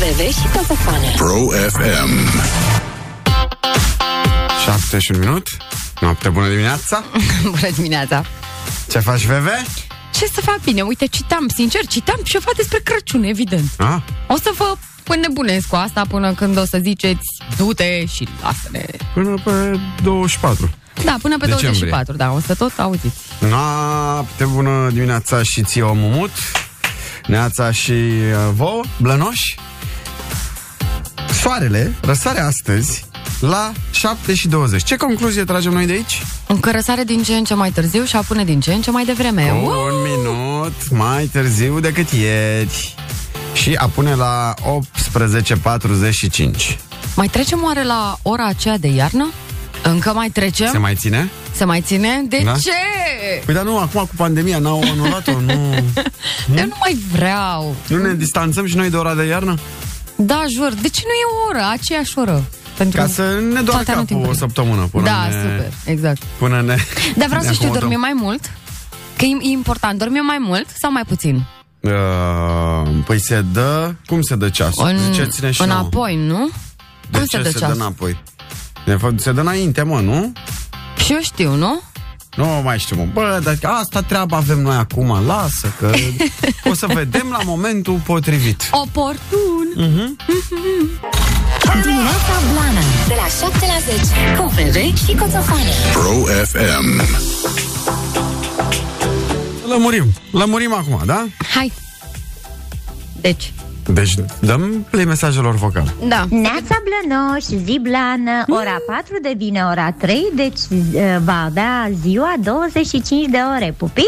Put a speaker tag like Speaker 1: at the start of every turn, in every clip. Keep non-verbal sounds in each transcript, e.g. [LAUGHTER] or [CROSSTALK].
Speaker 1: Teve și cazafană.
Speaker 2: Pro FM.
Speaker 3: 7 și un minut. Noapte bună dimineața.
Speaker 4: [LAUGHS] Bună dimineața!
Speaker 3: Ce faci, Veve?
Speaker 4: Ce să fac bine? Uite, citam, sincer, citam și ceva despre Crăciun, evident.
Speaker 3: Ah?
Speaker 4: O să vă înnebunesc cu asta până când o să ziceți du-te și lasă-ne.
Speaker 3: Până pe 24.
Speaker 4: Da, până pe
Speaker 3: Decembrie.
Speaker 4: 24, da, o să tot auziți.
Speaker 3: Noapte bună dimineața și ție o mumut. Neața și uh, vouă, blănoși. Soarele răsare astăzi la 7 și 20. Ce concluzie tragem noi de aici?
Speaker 4: Încă răsare din ce în ce mai târziu și apune din ce în ce mai devreme.
Speaker 3: Cu
Speaker 4: Uh!
Speaker 3: Un minut mai târziu decât ieri. Și apune la 18.45.
Speaker 4: Mai trecem oare la ora aceea de iarnă? Încă mai trecem?
Speaker 3: Se
Speaker 4: Se mai,
Speaker 3: mai ține?
Speaker 4: Se mai ține? De
Speaker 3: Da.
Speaker 4: ce?
Speaker 3: Păi dar nu, acum cu pandemia n-au anulat-o, [LAUGHS] nu...
Speaker 4: [LAUGHS] Eu nu mai vreau.
Speaker 3: Nu ne distanțăm și noi de ora de iarnă?
Speaker 4: Da, jur. De ce nu e o oră? Aceeași oră. Pentru
Speaker 3: Ca să ne doar
Speaker 4: toate
Speaker 3: capul
Speaker 4: anotimpurile.
Speaker 3: o săptămână până
Speaker 4: Da,
Speaker 3: ne...
Speaker 4: super. Exact.
Speaker 3: Până ne...
Speaker 4: Dar vreau
Speaker 3: ne
Speaker 4: să știu,
Speaker 3: acomodăm.
Speaker 4: dormim mai mult? Că e e important, dormim mai mult sau mai puțin?
Speaker 3: Uh, păi se dă... Cum se dă ceasul?
Speaker 4: În,
Speaker 3: Ziceți-ne și nouă.
Speaker 4: înapoi, nu?
Speaker 3: De
Speaker 4: Cum
Speaker 3: ce
Speaker 4: se dă
Speaker 3: se dă
Speaker 4: ceasul?
Speaker 3: înapoi? De fapt, se dă înainte, mă, nu?
Speaker 4: Și eu știu, nu?
Speaker 3: Nu mai știu, mă. Bă, dar asta treaba avem noi acum. Lasă că o să vedem la momentul potrivit.
Speaker 4: Oportun!
Speaker 3: Mhm.
Speaker 1: Dimineața Blana. De la 7 la 10. Cu Veve și Coțofană.
Speaker 2: Pro FM.
Speaker 3: Lămurim. Lămurim acum, da?
Speaker 4: Hai! Deci,
Speaker 3: Deci dăm play mesajelor vocale.
Speaker 4: da.
Speaker 5: Neața Blănoș, zi blană, ora 4 devine ora 3, deci uh, va avea ziua 25 de ore. Pupici!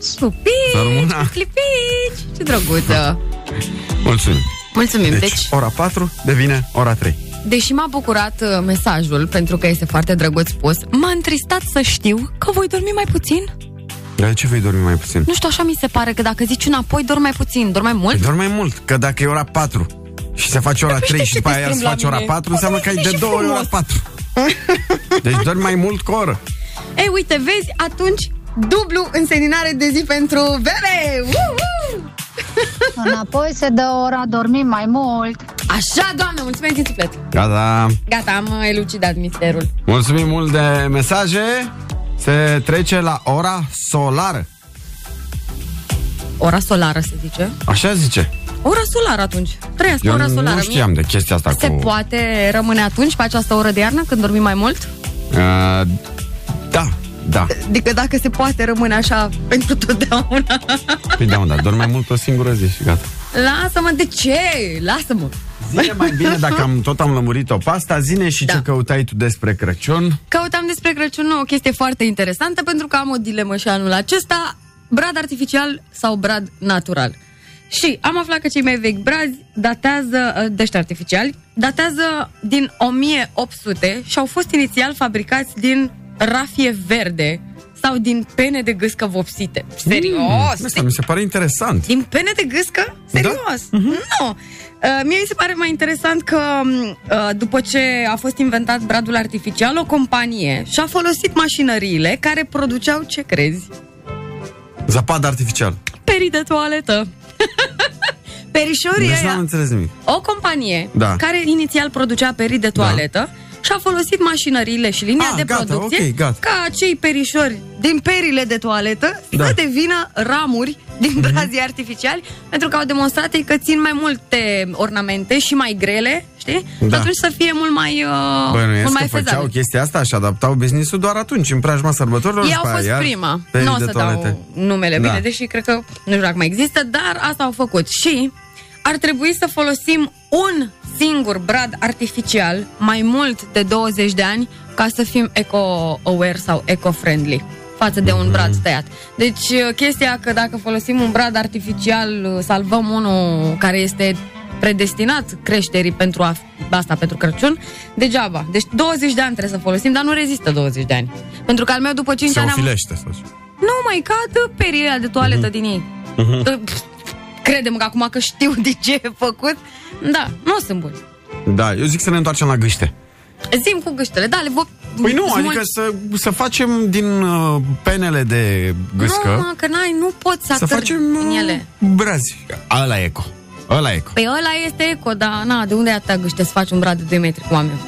Speaker 3: Să
Speaker 4: Pupici,
Speaker 3: rămână.
Speaker 4: cu clipici! Ce drăguță!
Speaker 3: Mulțumim.
Speaker 4: Mulțumim!
Speaker 3: Deci,
Speaker 4: Deci,
Speaker 3: deci ora 4 devine ora 3.
Speaker 4: deși m-a bucurat uh, mesajul, pentru că este foarte drăguț spus, m-a întristat să știu că voi dormi mai puțin.
Speaker 3: Dar de ce vei dormi mai puțin?
Speaker 4: Nu știu, așa mi se pare că dacă zici înapoi, dormi mai puțin, dormi mai mult.
Speaker 3: Păi dormi mai mult, că dacă e ora 4 și se face ora 3 și după aia iar se face ora 4, înseamnă că ai de două ori ora 4. Deci dormi mai mult cu o oră.
Speaker 4: Ei, uite, vezi, atunci dublu înseninare de zi pentru Bebe! Uhu!
Speaker 6: [LAUGHS] Înapoi se dă ora dormi mai mult.
Speaker 4: Așa, doamne, mulțumesc din suflet!
Speaker 3: Gata.
Speaker 4: Gata, am uh, elucidat misterul.
Speaker 3: Mulțumim mult de mesaje. Se trece la ora solară.
Speaker 4: Ora solară, se zice.
Speaker 3: Așa zice.
Speaker 4: Ora solară atunci. Trăiască
Speaker 3: Eu
Speaker 4: ora solară.
Speaker 3: nu
Speaker 4: Mie
Speaker 3: știam de chestia asta
Speaker 4: Se
Speaker 3: cu...
Speaker 4: poate rămâne atunci, pe această oră de iarnă, când dormim mai mult?
Speaker 3: Uh, da, da.
Speaker 4: Adică dacă se poate rămâne așa pentru totdeauna.
Speaker 3: Păi da, mă, da, dormi mai mult o singură zi și gata.
Speaker 4: Lasă-mă, de ce? Lasă-mă!
Speaker 3: Zine mai bine dacă am, tot am lămurit-o pe asta, zine și
Speaker 4: Da.
Speaker 3: ce căutai tu despre Crăciun.
Speaker 4: Căutam despre Crăciun o chestie foarte interesantă pentru că am o dilemă și anul acesta, brad artificial sau brad natural. Și am aflat că cei mai vechi brazi datează, de ăștia artificiali, datează din 1800 și au fost inițial fabricați din rafie verde sau din pene de gâscă vopsite. Serios!
Speaker 3: Asta mi se pare interesant.
Speaker 4: Din pene de gâscă? Serios? Da? Nu! Uh, Mie mi se pare mai interesant că m, uh, după ce a fost inventat bradul artificial, o companie și-a folosit mașinăriile care produceau, ce crezi?
Speaker 3: Zăpadă artificial.
Speaker 4: Perii de toaletă. [LAUGHS] Perișorii
Speaker 3: Deci n-am
Speaker 4: aia.
Speaker 3: înțeles nimic.
Speaker 4: O companie
Speaker 3: Da.
Speaker 4: care inițial producea perii de toaletă și-a folosit mașinăriile și linia
Speaker 3: Ah,
Speaker 4: de
Speaker 3: gata,
Speaker 4: producție
Speaker 3: ok, gata.
Speaker 4: ca acei perișori din perile de toaletă
Speaker 3: Da. Mhm.
Speaker 4: să devină ramuri din brazii artificiali pentru că au demonstrat ei că țin mai multe ornamente și mai grele, știi? Și
Speaker 3: Da.
Speaker 4: atunci să fie mult mai uh,
Speaker 3: Bănuiesc
Speaker 4: mult
Speaker 3: că
Speaker 4: mai
Speaker 3: făceau
Speaker 4: fezabil.
Speaker 3: chestia asta și adaptau business-ul doar atunci, în preajma sărbătorilor.
Speaker 4: Ei
Speaker 3: și
Speaker 4: au
Speaker 3: pe aia,
Speaker 4: fost
Speaker 3: iar
Speaker 4: prima.
Speaker 3: perii
Speaker 4: Nu o
Speaker 3: de
Speaker 4: să dau
Speaker 3: toalete.
Speaker 4: numele,
Speaker 3: Da.
Speaker 4: bine, deci deși cred că nu știu dacă mai există, dar asta au făcut. Și ar trebui să folosim un singur brad artificial mai mult de 20 de ani ca să fim eco-aware sau eco-friendly față de un brad tăiat. Deci chestia că dacă folosim un brad artificial, uh, salvăm unul care este predestinat creșterii pentru a, asta, pentru Crăciun, degeaba. Deci 20 de ani trebuie să folosim, dar nu rezistă 20 de ani. Pentru că al meu după 5
Speaker 3: Se
Speaker 4: ani am
Speaker 3: ofilește, să zic.
Speaker 4: nu mai cad periile de
Speaker 3: Mhm.
Speaker 4: toaletă din ei. Uh, pf, Credem că acum că știu de ce e făcut. Da, nu sunt buni.
Speaker 3: Da, eu zic să ne întoarcem la gâște.
Speaker 4: Zim cu gâștele, da, le vă...
Speaker 3: Păi nu,
Speaker 4: smulgi.
Speaker 3: adică să, să facem din uh, penele de
Speaker 4: Nu, mă,
Speaker 3: gâscă,
Speaker 4: că n-ai, nu poți să,
Speaker 3: să
Speaker 4: atârni
Speaker 3: facem
Speaker 4: în
Speaker 3: uh,
Speaker 4: ele.
Speaker 3: brazi. Ala eco. Ăla e eco.
Speaker 4: Păi ăla este eco, dar na, de unde ai atâta gâște să faci un brad de 2 metri cu oameni?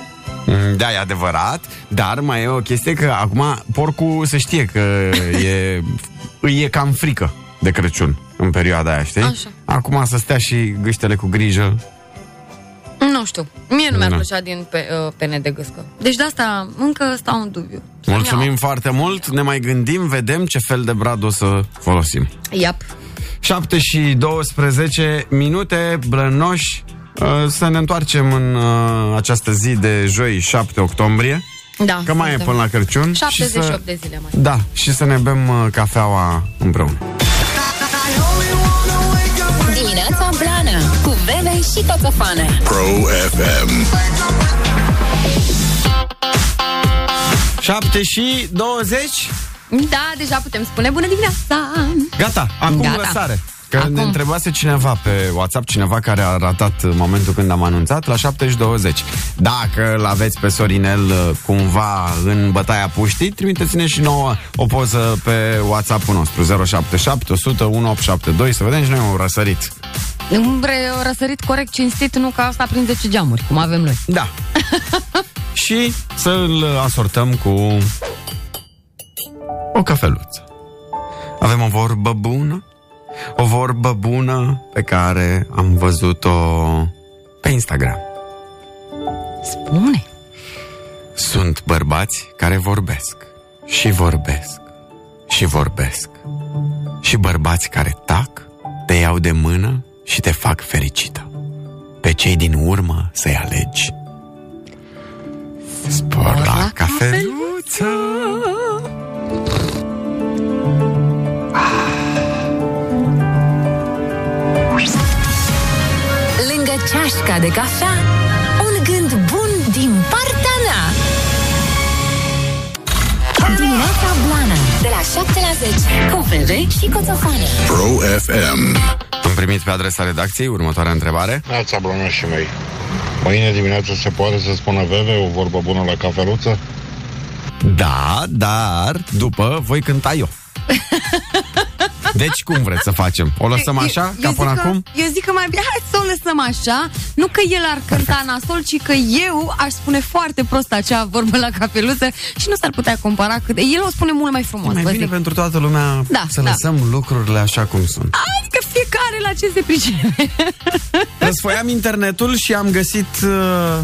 Speaker 4: Păi-
Speaker 3: Mm, Da, e adevărat, dar mai e o chestie că acum porcul se știe
Speaker 4: [LAUGHS]
Speaker 3: că e, îi e cam frică de Crăciun în perioada aia, știi?
Speaker 4: Așa.
Speaker 3: Acum să stea și gâștele cu grijă.
Speaker 4: Nu știu. Mie nu mi-ar
Speaker 3: Da.
Speaker 4: plăcea din pe, uh, pene de gâscă. Deci de asta încă stau în dubiu. Să-mi
Speaker 3: Mulțumim foarte mult, ne mai gândim, vedem ce fel de brad o să folosim.
Speaker 4: Iau. Iap.
Speaker 3: 7 și 12 minute, blănoși, uh, să ne întoarcem în uh, această zi de joi 7 octombrie,
Speaker 4: Da.
Speaker 3: că mai e
Speaker 4: suntem.
Speaker 3: până la Crăciun. și
Speaker 4: 78
Speaker 3: să...
Speaker 4: de zile mai.
Speaker 3: Da, și să ne bem uh, cafeaua împreună.
Speaker 1: Dimineața Blană Cu Bebe și Coțofană
Speaker 7: Pro FM.
Speaker 3: 7 și 20
Speaker 4: Da, deja putem spune bună dimineața.
Speaker 3: Gata, acum
Speaker 4: Gata.
Speaker 3: lăsare Că
Speaker 4: Acum.
Speaker 3: ne întrebase cineva pe WhatsApp Cineva care a ratat uh, momentul când am anunțat La 7 și 20 Dacă l-aveți pe Sorinel uh, cumva În bătaia puștii Trimiteți-ne și nouă o poză pe WhatsApp-ul nostru 077 100 1872 Să vedem și noi un răsărit
Speaker 4: Umbre răsărit corect cinstit, nu ca asta prin 10 geamuri, cum avem noi.
Speaker 3: Da [LAUGHS] Și să-l asortăm cu O cafeluță Avem o vorbă bună O vorbă bună Pe care am văzut-o Pe Instagram
Speaker 4: Spune.
Speaker 3: Sunt bărbați care vorbesc Și vorbesc Și vorbesc Și bărbați care tac Te iau de mână și te fac fericită Pe cei din urmă să-i alegi Spor la cafeluță
Speaker 1: Lângă ceașca de cafea Un gând bun din partea mea Dimineața Blană De la 7 la 10 Cu Bebe și Coțofană
Speaker 7: Pro FM.
Speaker 3: Am primit pe adresa redacției următoarea întrebare
Speaker 8: Neața blănoșii mei. Mâine dimineață se poate să spună Veve o vorbă bună la cafeluță?
Speaker 3: Da, dar după voi cânta eu deci cum vreți să facem? O lăsăm așa, ca până
Speaker 4: zic
Speaker 3: acum?
Speaker 4: Că, eu zic că mai bine, hai să o lăsăm așa, nu că el ar cânta nasol, ci că eu aș spune foarte prost acea vorbă la cafeluță și nu s-ar putea compara cât... El o spune mult mai frumos,
Speaker 3: Mai
Speaker 4: vă
Speaker 3: bine
Speaker 4: zic.
Speaker 3: pentru toată lumea
Speaker 4: Da,
Speaker 3: să
Speaker 4: da.
Speaker 3: lăsăm lucrurile așa cum sunt.
Speaker 4: Adică fiecare la ce se
Speaker 3: [LAUGHS]
Speaker 4: pricepe.
Speaker 3: Răsfoiam internetul și am găsit uh,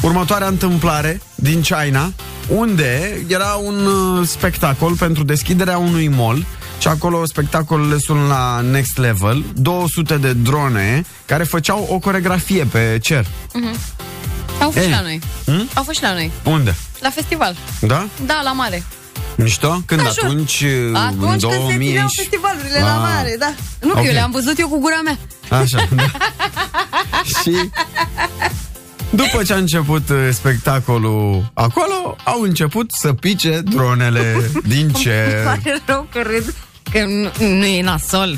Speaker 3: următoarea întâmplare din China, unde era un uh, spectacol pentru deschiderea unui mall și acolo spectacolele sunt la next level, 200 de drone care făceau o coregrafie pe cer.
Speaker 4: Au fost
Speaker 3: Ei.
Speaker 4: și la noi.
Speaker 3: Hmm?
Speaker 4: Au fost și la noi.
Speaker 3: Unde?
Speaker 4: La festival.
Speaker 3: Da?
Speaker 4: Da, la mare.
Speaker 3: Mișto? Când?
Speaker 4: Da, jur.
Speaker 3: atunci, uh, în
Speaker 4: Atunci când se
Speaker 3: 2000
Speaker 4: țineau
Speaker 3: și-
Speaker 4: festivalurile la
Speaker 3: Ah.
Speaker 4: mare, da. Nu, că
Speaker 3: Ok.
Speaker 4: eu le-am văzut eu cu gura mea.
Speaker 3: Așa, da. și după ce a început uh, spectacolul acolo, au început să pice dronele din cer.
Speaker 4: Pare rău că râd. Că nu, nu e nasol.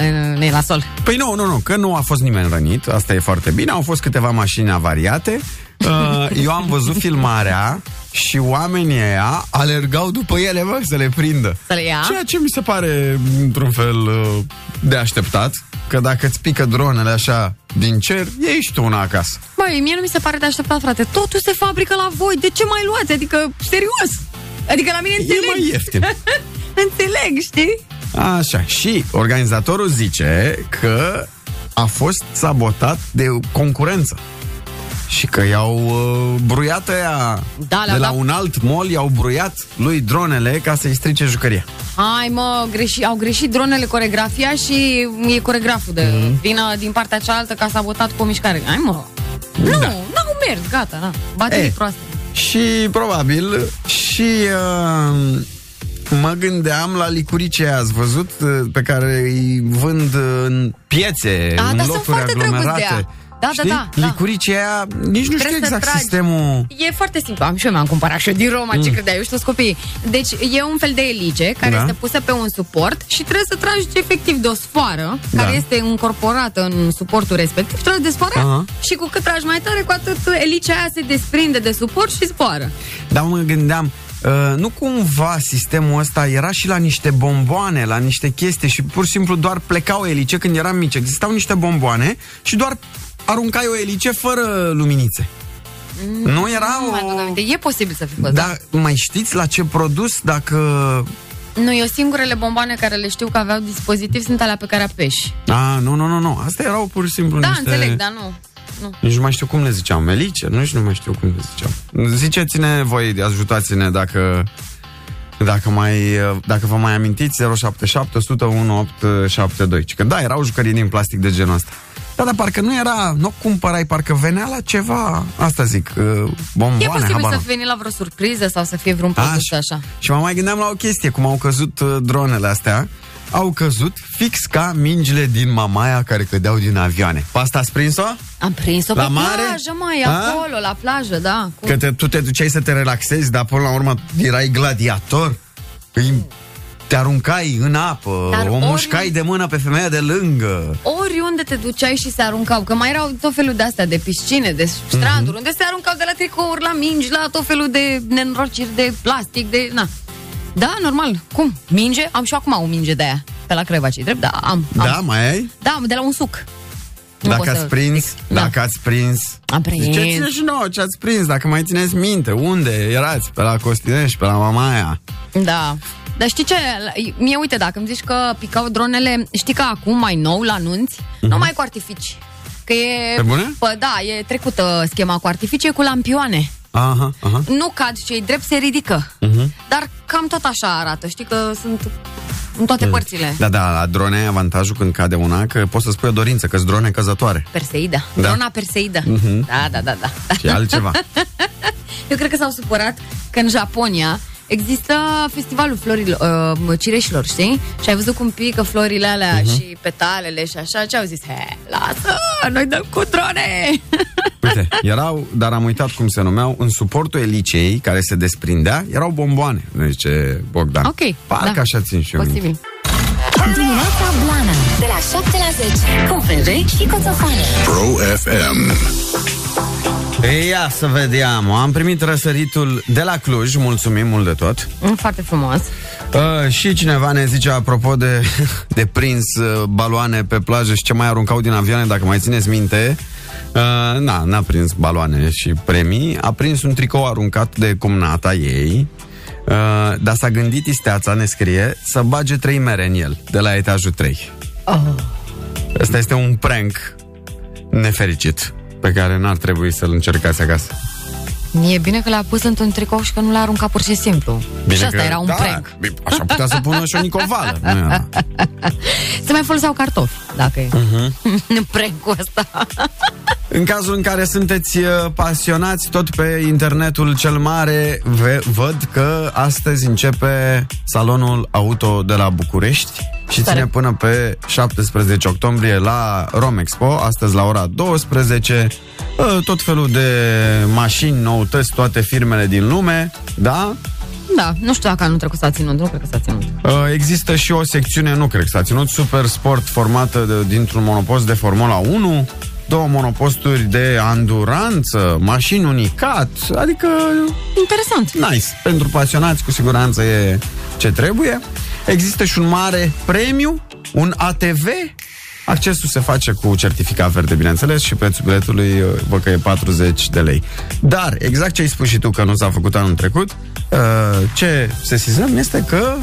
Speaker 4: Uh, Nu e nasol.
Speaker 3: Păi nu, nu, nu, că nu a fost nimeni rănit, asta e foarte bine, au fost câteva mașini avariate. Uh, Eu am văzut filmarea și oamenii aia alergau după ele, mă, să le prindă.
Speaker 4: Să le ia?
Speaker 3: Ceea ce mi se pare, într-un fel, uh, de așteptat, că dacă îți pică dronele așa din cer, iei și tu una acasă.
Speaker 4: Băi, mie nu mi se pare de așteptat, frate. Totul se fabrică la voi. De ce mai luați? Adică, serios. Adică la mine înțeleg.
Speaker 3: E mai ieftin.
Speaker 4: [LAUGHS] înțeleg, știi?
Speaker 3: Așa, și organizatorul zice că a fost sabotat de concurență. Și că i-au uh, bruiat ăia
Speaker 4: Da, le-au
Speaker 3: de la
Speaker 4: dat-
Speaker 3: un alt mall, i-au bruiat lui dronele ca să-i strice jucăria.
Speaker 4: Hai mă, greși, au greșit dronele coregrafia și e coregraful de
Speaker 3: Mhm.
Speaker 4: mm. vină din partea cealaltă ca s-a botat cu o mișcare. Hai mă, nu,
Speaker 3: Da. Eh.
Speaker 4: n-au mers, gata, na. Baterii
Speaker 3: E.
Speaker 4: proaste.
Speaker 3: Și probabil și uh, mă gândeam la licuricea ați văzut uh, pe care îi vând uh, în piețe,
Speaker 4: Ah,
Speaker 3: în
Speaker 4: da, sunt
Speaker 3: locuri
Speaker 4: foarte drăguț de
Speaker 3: aglomerate.
Speaker 4: ea. Da, da,
Speaker 3: Știi?
Speaker 4: da, da.
Speaker 3: Licuricea aia, nici nu știu
Speaker 4: Trebuie să
Speaker 3: exact
Speaker 4: tragi.
Speaker 3: sistemul.
Speaker 4: E foarte simplu, am și eu mi-am cumpărat și eu din Roma, mm. ce credeai, eu știu copiii. Deci e un fel de elige care
Speaker 3: Da.
Speaker 4: da. este pusă pe un suport și trebuie să tragi efectiv de o sfoară
Speaker 3: Da.
Speaker 4: da. care este încorporată în suportul respectiv, tragi de sfoară
Speaker 3: Aha.
Speaker 4: și cu cât tragi mai tare, cu atât elicea aia se desprinde de suport și zboară.
Speaker 3: Dar Da, mă gândeam, Uh, nu cumva sistemul ăsta era și la niște bomboane, la niște chestii și pur și simplu doar plecau elice când eram mici. Existau niște bomboane și doar aruncai o elice fără luminițe. nu era
Speaker 4: Mm, Nu mai aduc
Speaker 3: o...
Speaker 4: aminte. E posibil să fi fost. Da.
Speaker 3: Da, mai știți la ce produs dacă...
Speaker 4: Nu, eu singurele bomboane care le știu că aveau dispozitiv sunt alea pe care apeși.
Speaker 3: A, nu, nu, nu, nu. Asta erau pur și simplu
Speaker 4: Da,
Speaker 3: niște...
Speaker 4: înțeleg, dar nu. nu.
Speaker 3: Nici nu mai știu cum le ziceam, melice, nu știu, nu mai știu cum le ziceam. Ziceți-ne voi, ajutați-ne dacă dacă, mai, dacă vă mai amintiți 077 100 1872. Că da, erau jucării din plastic de genul ăsta. Da, dar parcă nu era, nu o cumpărai, parcă venea la ceva, asta zic, uh, bomboane,
Speaker 4: E posibil
Speaker 3: habar
Speaker 4: să
Speaker 3: n-am.
Speaker 4: fi venit la vreo surpriză sau să fie vreun produs
Speaker 3: Așa.
Speaker 4: așa.
Speaker 3: Și mă mai gândeam la o chestie, cum au căzut uh, dronele astea. Au căzut fix ca mingile din Mamaia care cădeau din avioane. Pe asta ați prins-o?
Speaker 4: Am prins-o
Speaker 3: La
Speaker 4: pe
Speaker 3: mare?
Speaker 4: plajă, mai,
Speaker 3: A?
Speaker 4: acolo, la plajă, da. Cu...
Speaker 3: Că te, tu te duceai să te relaxezi, dar până la urmă erai gladiator, îi, te aruncai în apă,
Speaker 4: Dar
Speaker 3: dar o
Speaker 4: ori-
Speaker 3: mușcai de mână pe femeia de lângă.
Speaker 4: Oriunde te duceai și se aruncau, că mai erau tot felul de astea de piscine, de
Speaker 3: Mhm.
Speaker 4: stranduri, unde se aruncau de la tricouri, la mingi, la tot felul de nenorociri de plastic, de... Na. Da, normal. Cum? Minge? Am și acum o minge de aia. Pe la creva ce drept, da, am. am.
Speaker 3: Da, mai ai?
Speaker 4: Da, am de la un suc. Nu pot
Speaker 3: Dacă
Speaker 4: să
Speaker 3: ați prins,
Speaker 4: zic.
Speaker 3: dacă
Speaker 4: Da.
Speaker 3: ați prins.
Speaker 4: Am prins.
Speaker 3: Ziceți-ne și nouă ce ați prins, dacă mai țineți minte, unde erați, pe la Costinești, pe la Mamaia.
Speaker 4: Da. Dar știi ce? Mie, uite, dacă îmi zici că picau dronele, știi că acum, mai nou, la anunți, mm-hmm. nu mai cu artificii. Că e...
Speaker 3: Mhm. Pe bune?
Speaker 4: Pă, da, e trecută schema cu artificii, e cu lampioane.
Speaker 3: Aha, aha.
Speaker 4: Nu cad cei drept, se ridică.
Speaker 3: Mhm.
Speaker 4: Mm-hmm. Dar cam tot așa arată. Știi că sunt în toate mm. părțile.
Speaker 3: Da, da, la drone ai avantajul când cade una, că poți să spui o dorință, că drone căzătoare.
Speaker 4: Perseida.
Speaker 3: Da. Mhm.
Speaker 4: Drona Perseida. Mm-hmm. Da, da, da, da.
Speaker 3: Și
Speaker 4: [LAUGHS]
Speaker 3: altceva.
Speaker 4: Eu cred că s-au supărat că în Japonia există festivalul florilor, uh, cireșilor, știi? Și ai văzut cum pică florile alea
Speaker 3: Mhm.
Speaker 4: uh-huh. și petalele și așa. Ce au zis? He, lasă, noi dăm cu drone!
Speaker 3: Uite, erau, dar am uitat cum se numeau, în suportul elicei care se desprindea, erau bomboane, ne zice Bogdan.
Speaker 4: Ok,
Speaker 3: Parcă
Speaker 4: da.
Speaker 3: așa țin și eu minte.
Speaker 4: Posibil.
Speaker 1: Dimineața Blana De la 7 la 10 Cu Bebe și Coțofană
Speaker 9: Pro FM.
Speaker 3: Ei, Ia să vedeam, am primit răsăritul de la Cluj, mulțumim mult de tot.
Speaker 4: Mm, Foarte frumos.
Speaker 3: Uh, și cineva ne zice, apropo de, [LAUGHS] de prins uh, baloane pe plajă și ce mai aruncau din avioane, dacă mai țineți minte, uh, na, n-a prins baloane și premii, a prins un tricou aruncat de cumnata ei, uh, dar s-a gândit isteața, ne scrie, să bage trei mere în el, de la etajul 3. Oh. Asta este un prank nefericit pe care n-ar trebui să-l încercați acasă.
Speaker 4: E bine că l-a pus într-un tricou și că nu l-a aruncat pur și simplu. Bine și asta
Speaker 3: că-
Speaker 4: era un
Speaker 3: da,
Speaker 4: prank.
Speaker 3: bine, Așa putea să pună și o nicovală.
Speaker 4: [LAUGHS]
Speaker 3: Nu era.
Speaker 4: Se mai foloseau cartofi, dacă e. Uh-huh. În [LAUGHS] prankul ăsta.
Speaker 3: În cazul în care sunteți uh, pasionați tot pe internetul cel mare, ve- văd că astăzi începe salonul auto de la București și
Speaker 4: Tare.
Speaker 3: ține până pe 17 octombrie la Romexpo, astăzi la ora 12. Uh, Tot felul de mașini, noutăți, toate firmele din lume, da?
Speaker 4: Da, nu știu dacă anul trecut s-a ținut, nu cred că s-a ținut.
Speaker 3: Uh, Există și o secțiune, nu cred că s-a ținut, Super Sport formată de, dintr-un monopost de Formula 1, două monoposturi de anduranță, mașini unicat, adică
Speaker 4: Interesant.
Speaker 3: nice. Pentru pasionați, cu siguranță e ce trebuie. Există și un mare premiu, un ATV. Accesul se face cu certificat verde, bineînțeles, și prețul biletului uh, văd că e 40 de lei. Dar, exact ce ai spus și tu că nu s-a făcut anul trecut, uh, ce sesizăm este că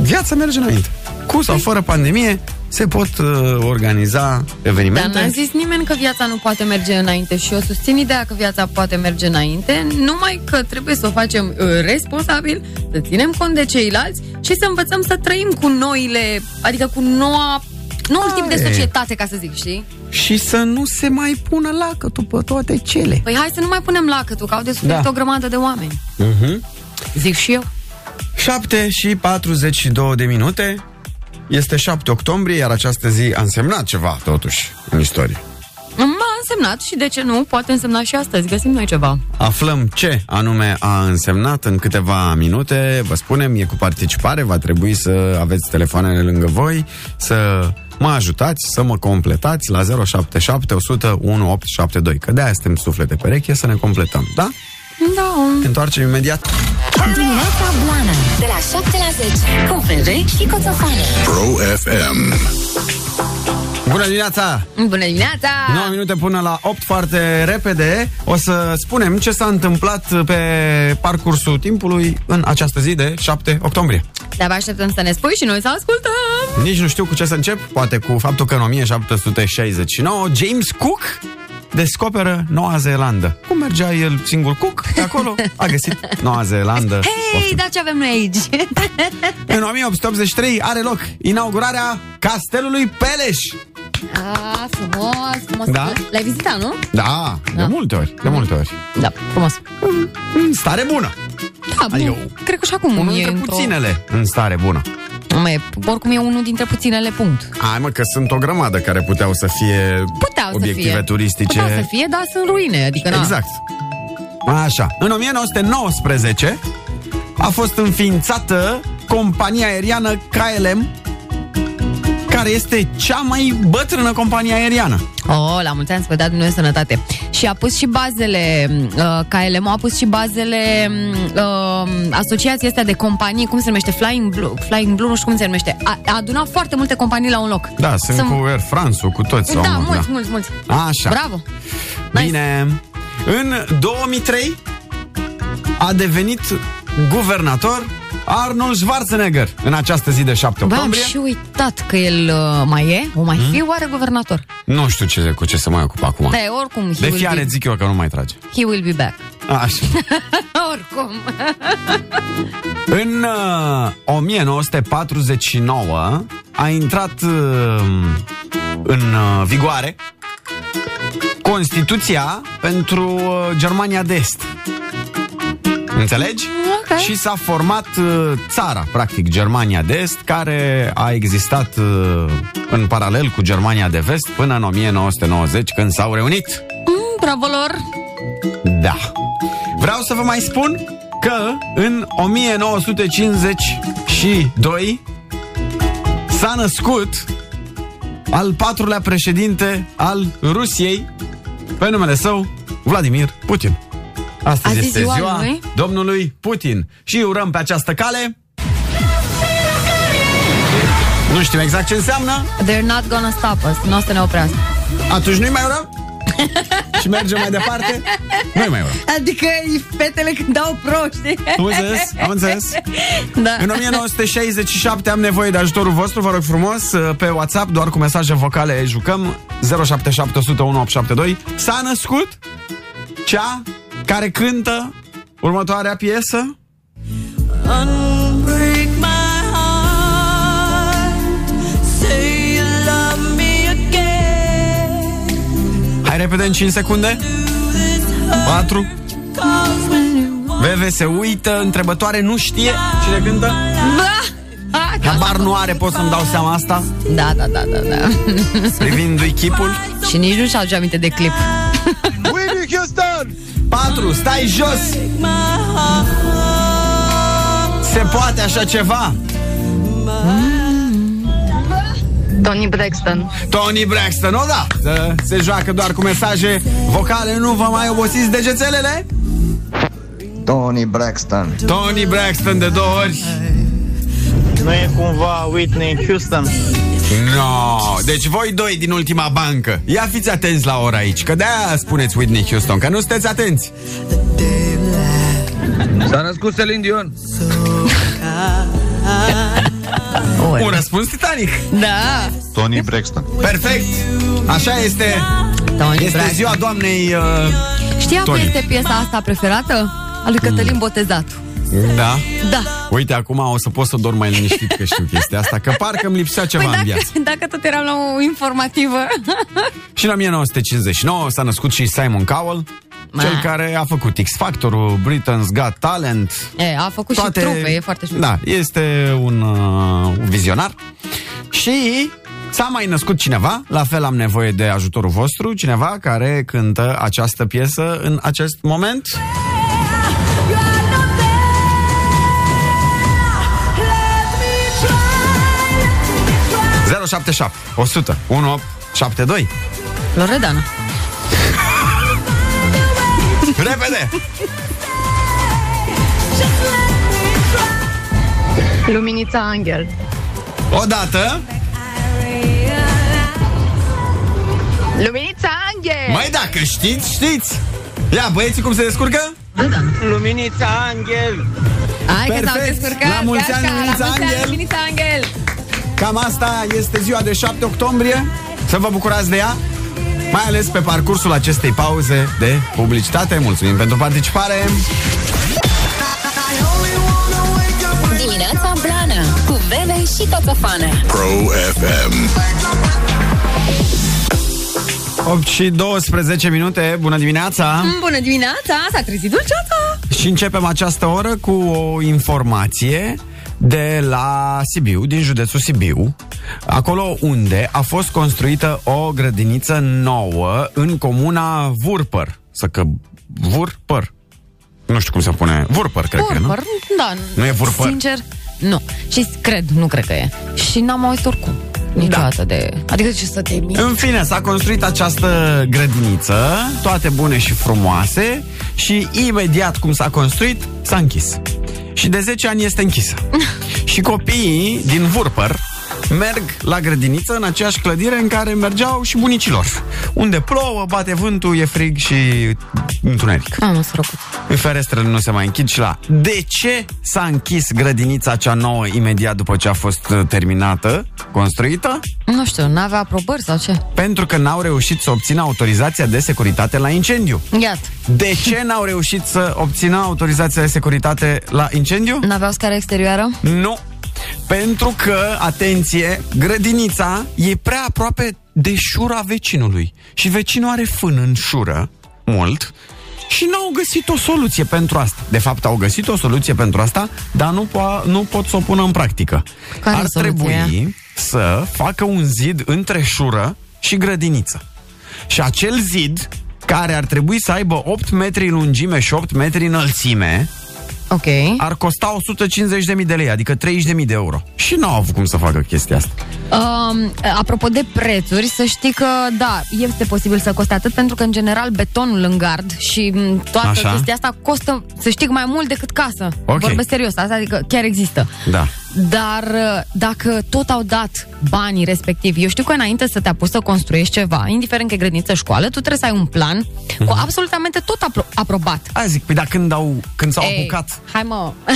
Speaker 3: viața merge înainte. Cu sau fără pandemie se pot uh, organiza
Speaker 4: Dar
Speaker 3: evenimente.
Speaker 4: n-a zis nimeni că viața nu poate merge înainte și eu susțin ideea că viața poate merge înainte, numai că trebuie să o facem uh, responsabil, să ținem cont de ceilalți și să învățăm să trăim cu noile, adică cu noua, noul tip de
Speaker 3: Hai.
Speaker 4: societate, ca să zic, știi?
Speaker 3: Și să nu se mai pună lacătul pe toate cele.
Speaker 4: Păi hai să nu mai punem lacătul, că au de suferit
Speaker 3: Da.
Speaker 4: o grămadă de oameni. Zic și eu.
Speaker 3: 7 și 42 de minute. Este 7 octombrie, iar această zi a însemnat ceva, totuși, în istorie.
Speaker 4: M-a însemnat și de ce nu, poate însemna și astăzi, găsim noi ceva.
Speaker 3: Aflăm ce anume a însemnat în câteva minute. Vă spunem, e cu participare, va trebui să aveți telefoanele lângă voi, să mă ajutați, să mă completați la 077 100 1872. Că de-aia suntem suflete pereche, să ne completăm, da?
Speaker 4: Da.
Speaker 3: Te întoarcem imediat.
Speaker 1: Dimineața Blana. De la 7 la 10. Cu Bebe și Coțofană.
Speaker 10: Pro FM,
Speaker 3: Bună dimineața!
Speaker 4: Bună dimineața!
Speaker 3: 9 minute până la 8 foarte repede. O să spunem ce s-a întâmplat pe parcursul timpului în această zi de 7 octombrie.
Speaker 4: Dar vă așteptăm să ne spui și noi să ascultăm!
Speaker 3: Nici nu știu cu ce să încep, poate cu faptul că în 1769 James Cook descoperă Noua Zeelandă. Cum mergea el singur Cook de acolo? A găsit Noua Zeelandă.
Speaker 4: Hei,
Speaker 3: Poftim.
Speaker 4: dar ce avem noi aici?
Speaker 3: În 1883 are loc inaugurarea Castelului Peleș.
Speaker 4: A, Ah, frumos, frumos.
Speaker 3: Da?
Speaker 4: L-ai vizitat, nu?
Speaker 3: Da, da, de multe ori, de multe ori.
Speaker 4: Da, frumos.
Speaker 3: În stare bună.
Speaker 4: Da, bun.
Speaker 3: Adică-
Speaker 4: Cred că și acum
Speaker 3: Unul
Speaker 4: e
Speaker 3: dintre
Speaker 4: într-o-
Speaker 3: puținele în stare bună.
Speaker 4: Mă, e- oricum e unul dintre puținele punct.
Speaker 3: Hai mă, că sunt o grămadă care puteau să fie
Speaker 4: Puteau
Speaker 3: obiective
Speaker 4: să fie.
Speaker 3: turistice.
Speaker 4: Puteau să fie, dar sunt ruine. Adică, na.
Speaker 3: Exact. Așa. În 1919 a fost înființată compania aeriană KLM, care este cea mai bătrână companie aeriană.
Speaker 4: Oh, la mulți ani să vă dea Dumnezeu sănătate. Și a pus și bazele, uh, KLM a pus și bazele uh, asociația astea de companii, cum se numește, Flying Blue, Flying Blue, nu știu cum se numește. A, a adunat foarte multe companii la un loc.
Speaker 3: Da, sunt
Speaker 4: Să-
Speaker 3: cu Da. Air France, cu toți.
Speaker 4: Da,
Speaker 3: omul,
Speaker 4: mulți, mulți, mulți.
Speaker 3: Așa.
Speaker 4: Bravo. Nice.
Speaker 3: Bine. În 2003 a devenit guvernator Arnold Schwarzenegger în această zi de 7
Speaker 4: Bă, am
Speaker 3: octombrie.
Speaker 4: și uitat că el uh, mai e, o
Speaker 3: Hmm?
Speaker 4: mai fi oare guvernator.
Speaker 3: Nu știu ce, cu ce să mai ocup acum.
Speaker 4: Da, oricum, he,
Speaker 3: de
Speaker 4: will
Speaker 3: fiare
Speaker 4: be,
Speaker 3: zic eu că nu mai trage.
Speaker 4: he will be back. [LAUGHS]
Speaker 3: Așa.
Speaker 4: oricum.
Speaker 3: [LAUGHS] În uh, 1949 a intrat uh, în uh, vigoare Constituția pentru uh, Germania de Est. Înțelegi?
Speaker 4: Ok.
Speaker 3: Și s-a format uh, țara, practic, Germania de Est, care a existat uh, în paralel cu Germania de Vest până în 1990, când s-au reunit.
Speaker 4: Mm, bravo lor.
Speaker 3: Da. Vreau să vă mai spun că în 1952 s-a născut al patrulea președinte al Rusiei, pe numele său Vladimir Putin. Astăzi
Speaker 4: Azi e
Speaker 3: este
Speaker 4: ziua
Speaker 3: ziua,
Speaker 4: lui?
Speaker 3: domnului Putin și urăm pe această cale. Nu știm exact ce înseamnă,
Speaker 4: They're not gonna stop us. Nu o să ne oprească.
Speaker 3: atunci nu-i mai
Speaker 4: [LAUGHS]
Speaker 3: urăm și mergem mai departe. Nu-i mai urăm.
Speaker 4: Adică fetele când dau proști. [LAUGHS]
Speaker 3: Am înțeles, am înțeles.
Speaker 4: Da.
Speaker 3: În 1967 am nevoie de ajutorul vostru, vă rog frumos, uh, pe WhatsApp, doar cu mesaje vocale jucăm 0771 S-a născut cea care cântă următoarea piesă. Hai repede în 5 secunde. 4 VV se uită, întrebătoare, nu știe cine cântă. Habar nu are, pot să-mi dau seama asta,
Speaker 4: Da, da, da, da, da.
Speaker 3: privindu-i chipul.
Speaker 4: Și nici nu și-a aduce aminte de clip.
Speaker 3: 4. Stai jos! Se poate așa ceva?
Speaker 11: Tony Braxton.
Speaker 3: Tony Braxton, o da! Să Se joacă doar cu mesaje vocale, nu vă mai obosiți degețelele?
Speaker 12: Tony Braxton.
Speaker 3: Tony Braxton de două ori.
Speaker 13: Nu e cumva Whitney Houston?
Speaker 3: No, deci voi doi din ultima bancă. Ia fiți atenți la ora aici, că de-aia spuneți Whitney Houston, că nu sunteți atenți.
Speaker 12: S-a născut Celine Dion.
Speaker 3: Un răspuns Titanic.
Speaker 4: Da.
Speaker 14: Tony Braxton.
Speaker 3: Perfect. Așa este.
Speaker 4: Tony
Speaker 3: Este
Speaker 4: Braxton.
Speaker 3: ziua doamnei... Uh,
Speaker 4: Știa că
Speaker 3: Tony. Mm.
Speaker 4: este piesa asta preferată? A lui Cătălin Botezat.
Speaker 3: da.
Speaker 4: Da.
Speaker 3: Uite, acum o să pot să dorm mai liniștit că știu chestia asta, că parcă îmi lipsea ceva în viață.
Speaker 4: Păi dacă, dacă tot eram la o
Speaker 3: [LAUGHS]
Speaker 4: informativă.
Speaker 3: Și în 1959 s-a născut și Simon Cowell,
Speaker 4: Ma.
Speaker 3: cel care a făcut X-Factorul, Britain's Got Talent,
Speaker 4: E, a făcut
Speaker 3: toate...
Speaker 4: și trupe, e foarte șmecher.
Speaker 3: Da, este un uh, vizionar. Și s-a mai născut cineva, la fel am nevoie de ajutorul vostru, cineva care cântă această piesă în acest moment. Zero 77 100 1872
Speaker 4: Loredana.
Speaker 3: Repede!
Speaker 15: Luminița Angel.
Speaker 3: Odată.
Speaker 15: Luminița Angel!
Speaker 3: Mai dacă știți, știți. Ia, băieții cum se descurcă?
Speaker 13: Luminița Angel.
Speaker 16: Hai că s-au
Speaker 3: Perfect.
Speaker 16: descurcat.
Speaker 3: La mulți ani,
Speaker 16: gata,
Speaker 3: Luminița
Speaker 16: la mulți ani,
Speaker 3: Angel.
Speaker 16: Luminița Angel.
Speaker 3: Cam asta este ziua de 7 octombrie. Să vă bucurați de ea, mai ales pe parcursul acestei pauze de publicitate. Mulțumim pentru participare.
Speaker 1: Dimineața Blană Cu Bebe și Coțofană
Speaker 2: Pro FM.
Speaker 3: 8 și 12 minute. Bună dimineața!
Speaker 16: Mm, Bună dimineața, s-a trezit dulceața.
Speaker 3: Și începem această oră cu o informație de la Sibiu, din județul Sibiu, acolo unde a fost construită o grădiniță nouă în comuna Vurpăr. Să că Vurpăr. Nu știu cum se pune. Vurpăr, cred că,
Speaker 4: Purpăr,
Speaker 3: nu?
Speaker 4: da.
Speaker 3: Nu e purpăr.
Speaker 4: Sincer, nu. Și cred, nu cred că e. Și n-am auzit oricum. Niciodată de... Adică ce să te miri?
Speaker 3: În fine, s-a construit această grădiniță, toate bune și frumoase, și imediat cum s-a construit, s-a închis. Și de 10 ani este închisă. și copiii din Vurpăr merg la grădiniță în aceeași clădire în care mergeau și bunicilor. Unde plouă, bate vântul, e frig și întuneric.
Speaker 4: Am sărăcut.
Speaker 3: Ferestrele nu se mai închid și la... De ce s-a închis grădinița cea nouă imediat după ce a fost uh, terminată, construită?
Speaker 4: Nu știu, n-avea aprobări sau ce?
Speaker 3: pentru că n-au reușit să obțină autorizația de securitate la incendiu.
Speaker 4: Iată,
Speaker 3: De ce n-au reușit să obțină autorizația de securitate la incendiu?
Speaker 4: n-aveau scară exterioară?
Speaker 3: Nu. Pentru că, atenție, grădinița e prea aproape de șura vecinului. Și vecinul are fân în șură, mult, și n-au găsit o soluție pentru asta. De fapt, au găsit o soluție pentru asta, dar nu, po- nu pot să o pună în practică.
Speaker 4: Care
Speaker 3: Ar
Speaker 4: e soluția?
Speaker 3: trebui să facă un zid între șură și grădiniță. Și acel zid, care ar trebui să aibă 8 metri lungime și 8 metri înălțime,
Speaker 4: Ok.
Speaker 3: ar costa 150.000 de lei, adică 30.000 de euro. Și n-au avut cum să facă chestia asta.
Speaker 4: Um, apropo de prețuri, să știi că, da, este posibil să coste atât, pentru că, în general, betonul în gard și m, toată
Speaker 3: Așa.
Speaker 4: Așa. chestia asta costă, să știi, mai mult decât casă.
Speaker 3: Ok.
Speaker 4: Vorbesc serios, asta adică chiar există.
Speaker 3: Da.
Speaker 4: Dar uh, dacă tot au dat banii respectivi, eu știu că înainte să te apuci să construiești ceva, indiferent că e grădiniță, școală, tu trebuie să ai un plan cu
Speaker 3: Mhm.
Speaker 4: absolutamente tot apro- aprobat.
Speaker 3: Aia zic, păi dar când, au, când s-au
Speaker 4: Ei,
Speaker 3: apucat?
Speaker 4: Hai mă.
Speaker 3: A?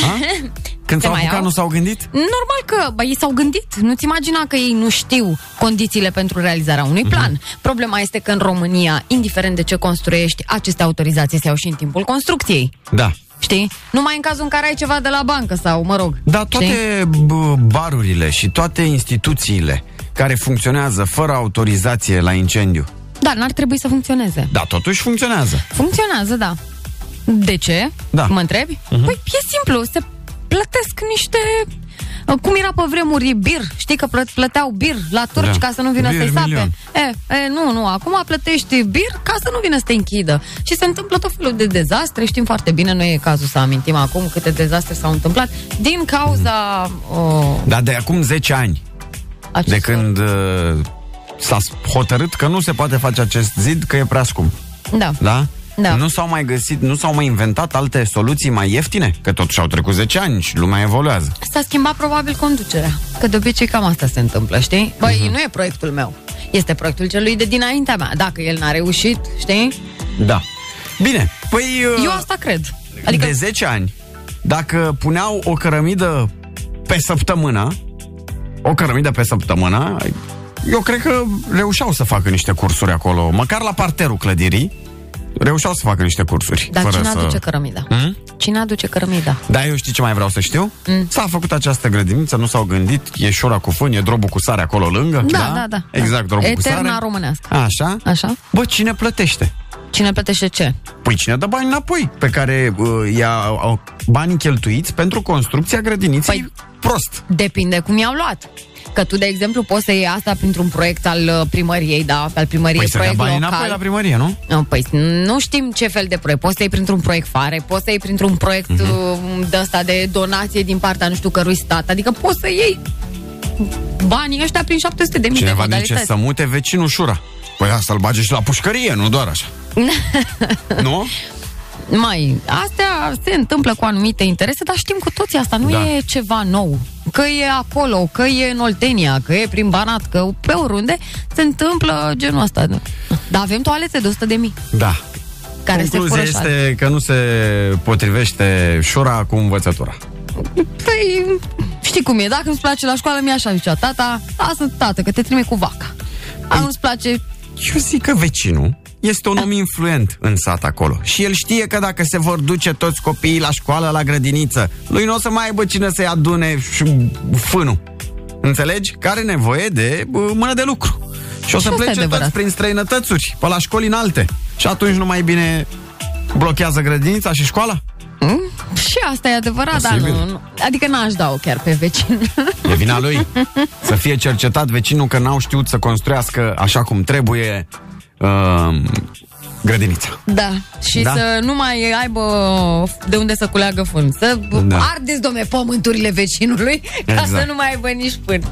Speaker 3: Când
Speaker 4: Se
Speaker 3: s-au
Speaker 4: mai
Speaker 3: apucat
Speaker 4: au?
Speaker 3: nu s-au gândit?
Speaker 4: [LAUGHS] Normal că bă, ei s-au gândit. Nu-ți imagina că ei nu știu condițiile pentru realizarea unui
Speaker 3: Mhm.
Speaker 4: plan. Problema este că în România, indiferent de ce construiești, aceste autorizații se iau și în timpul construcției.
Speaker 3: Da.
Speaker 4: Știi? Numai în cazul în care ai ceva de la bancă sau, mă rog.
Speaker 3: Dar Da,
Speaker 4: știi?
Speaker 3: toate b- barurile și toate instituțiile care funcționează fără autorizație la incendiu,
Speaker 4: Da, n-ar trebui să funcționeze.
Speaker 3: da, totuși funcționează.
Speaker 4: Funcționează, da. De ce?
Speaker 3: Da.
Speaker 4: Mă întrebi? Uh-huh. Păi e simplu, se plătesc niște... uh, Cum era pe vremuri bir, știi că plă- plăteau bir la turci
Speaker 3: Da.
Speaker 4: ca să nu vină
Speaker 3: Bir,
Speaker 4: să-i
Speaker 3: milion.
Speaker 4: sape. E, e, nu, nu, acum plătești bir ca să nu vină să te închidă. Și se întâmplă tot felul de dezastre, știm foarte bine, nu e cazul să amintim acum câte dezastre s-au întâmplat din cauza o,
Speaker 3: Dar de acum 10 ani, de
Speaker 4: acestor...
Speaker 3: când uh, s-a hotărât că nu se poate face acest zid, că e prea scump.
Speaker 4: Da.
Speaker 3: Da?
Speaker 4: Da.
Speaker 3: Nu s-au mai găsit, nu s-au mai inventat alte soluții mai ieftine? Că totuși au trecut 10 ani și lumea evoluează.
Speaker 4: S-a schimbat probabil conducerea. Că de obicei cam asta se întâmplă, știi? Băi,
Speaker 3: Mhm.
Speaker 4: uh-huh. nu e proiectul meu. Este proiectul celui de dinaintea mea. Dacă el n-a reușit, știi?
Speaker 3: Da. Bine, păi uh,
Speaker 4: Eu asta cred.
Speaker 3: adică...
Speaker 4: Adică
Speaker 3: de 10 ani, dacă puneau o cărămidă pe săptămână, o cărămidă pe săptămână, eu cred că reușeau să facă niște cursuri acolo, măcar la parterul clădirii, reușeau să facă niște cursuri.
Speaker 4: dar
Speaker 3: fără
Speaker 4: cine
Speaker 3: să...
Speaker 4: aduce cărămida?
Speaker 3: Hmm?
Speaker 4: Cine aduce cărămida?
Speaker 3: Da, eu știi ce mai vreau să știu? Mm. S-a făcut această grădiniță, nu s-au gândit, e șura cu fân, e drobul cu sare acolo lângă.
Speaker 4: Da, da, da.
Speaker 3: Exact, drobul cu
Speaker 4: Eterna
Speaker 3: sare.
Speaker 4: românească.
Speaker 3: Așa.
Speaker 4: Așa?
Speaker 3: Bă, cine plătește?
Speaker 4: Cine plătește ce?
Speaker 3: Păi cine dă bani înapoi? Pe care uh, ia au, banii cheltuiți pentru construcția grădiniței păi...
Speaker 4: Păi-
Speaker 3: prost.
Speaker 4: Depinde cum i-au luat. Că tu, de exemplu, poți să iei asta printr-un proiect al uh, primăriei, da? Al primăriei,
Speaker 3: Păi să dea
Speaker 4: proiect
Speaker 3: bani
Speaker 4: local.
Speaker 3: înapoi la primărie, nu?
Speaker 4: Nu, Păi nu știm ce fel de proiect. Poți să iei printr-un proiect fare, poți să iei printr-un proiect
Speaker 3: Mhm.
Speaker 4: uh, de ăsta de donație din partea nu știu cărui stat. Adică poți să iei banii ăștia prin 700 de mii de
Speaker 3: Cineva din ce
Speaker 4: modalități.
Speaker 3: să mute
Speaker 4: [LAUGHS]
Speaker 3: vecinul șura. Păi asta îl bage și la pușcărie, nu doar așa. nu?
Speaker 4: Mai, astea se întâmplă cu anumite interese, dar știm cu toții asta, nu
Speaker 3: Da.
Speaker 4: e ceva nou. Că e acolo, că e în Oltenia, că e prin Banat, că pe oriunde se întâmplă genul ăsta. Dar avem toalete de 100 de mii.
Speaker 3: Da.
Speaker 4: Care se
Speaker 3: Concluzia
Speaker 4: fură și alte.
Speaker 3: este că nu se potrivește șura cu învățătura.
Speaker 4: Păi, știi cum e, dacă nu-ți place la școală, mi-e așa zicea tata, lasă tată, că te trimite cu vaca.
Speaker 3: Păi-
Speaker 4: Dacă nu-ți place,
Speaker 3: Eu zic că vecinul este un om influent în sat acolo. Și el știe că dacă se vor duce toți copiii la școală, la grădiniță, lui nu o să mai aibă cine să-i adune și- fânul. Înțelegi? Care are nevoie de bă, mână de lucru. Și o
Speaker 4: Și
Speaker 3: să
Speaker 4: asta e
Speaker 3: plece
Speaker 4: adevărat.
Speaker 3: toți prin străinătățuri, pe la școli înalte. Și atunci nu mai bine blochează grădinița și școala?
Speaker 4: și asta e adevărat, dar
Speaker 3: Posibil.
Speaker 4: nu, nu. Adică n-aș da-o chiar pe
Speaker 3: [LAUGHS]
Speaker 4: vecin.
Speaker 3: E vina
Speaker 4: [LAUGHS]
Speaker 3: lui. Să fie cercetat vecinul că n-au știut să construiască așa cum trebuie uh, grădinița.
Speaker 4: Da, și
Speaker 3: Da.
Speaker 4: da. să nu mai aibă de unde să culeagă fân. Să
Speaker 3: Da.
Speaker 4: da. ardeți, domne, pământurile vecinului ca
Speaker 3: Exact.
Speaker 4: să nu mai aibă nici pân.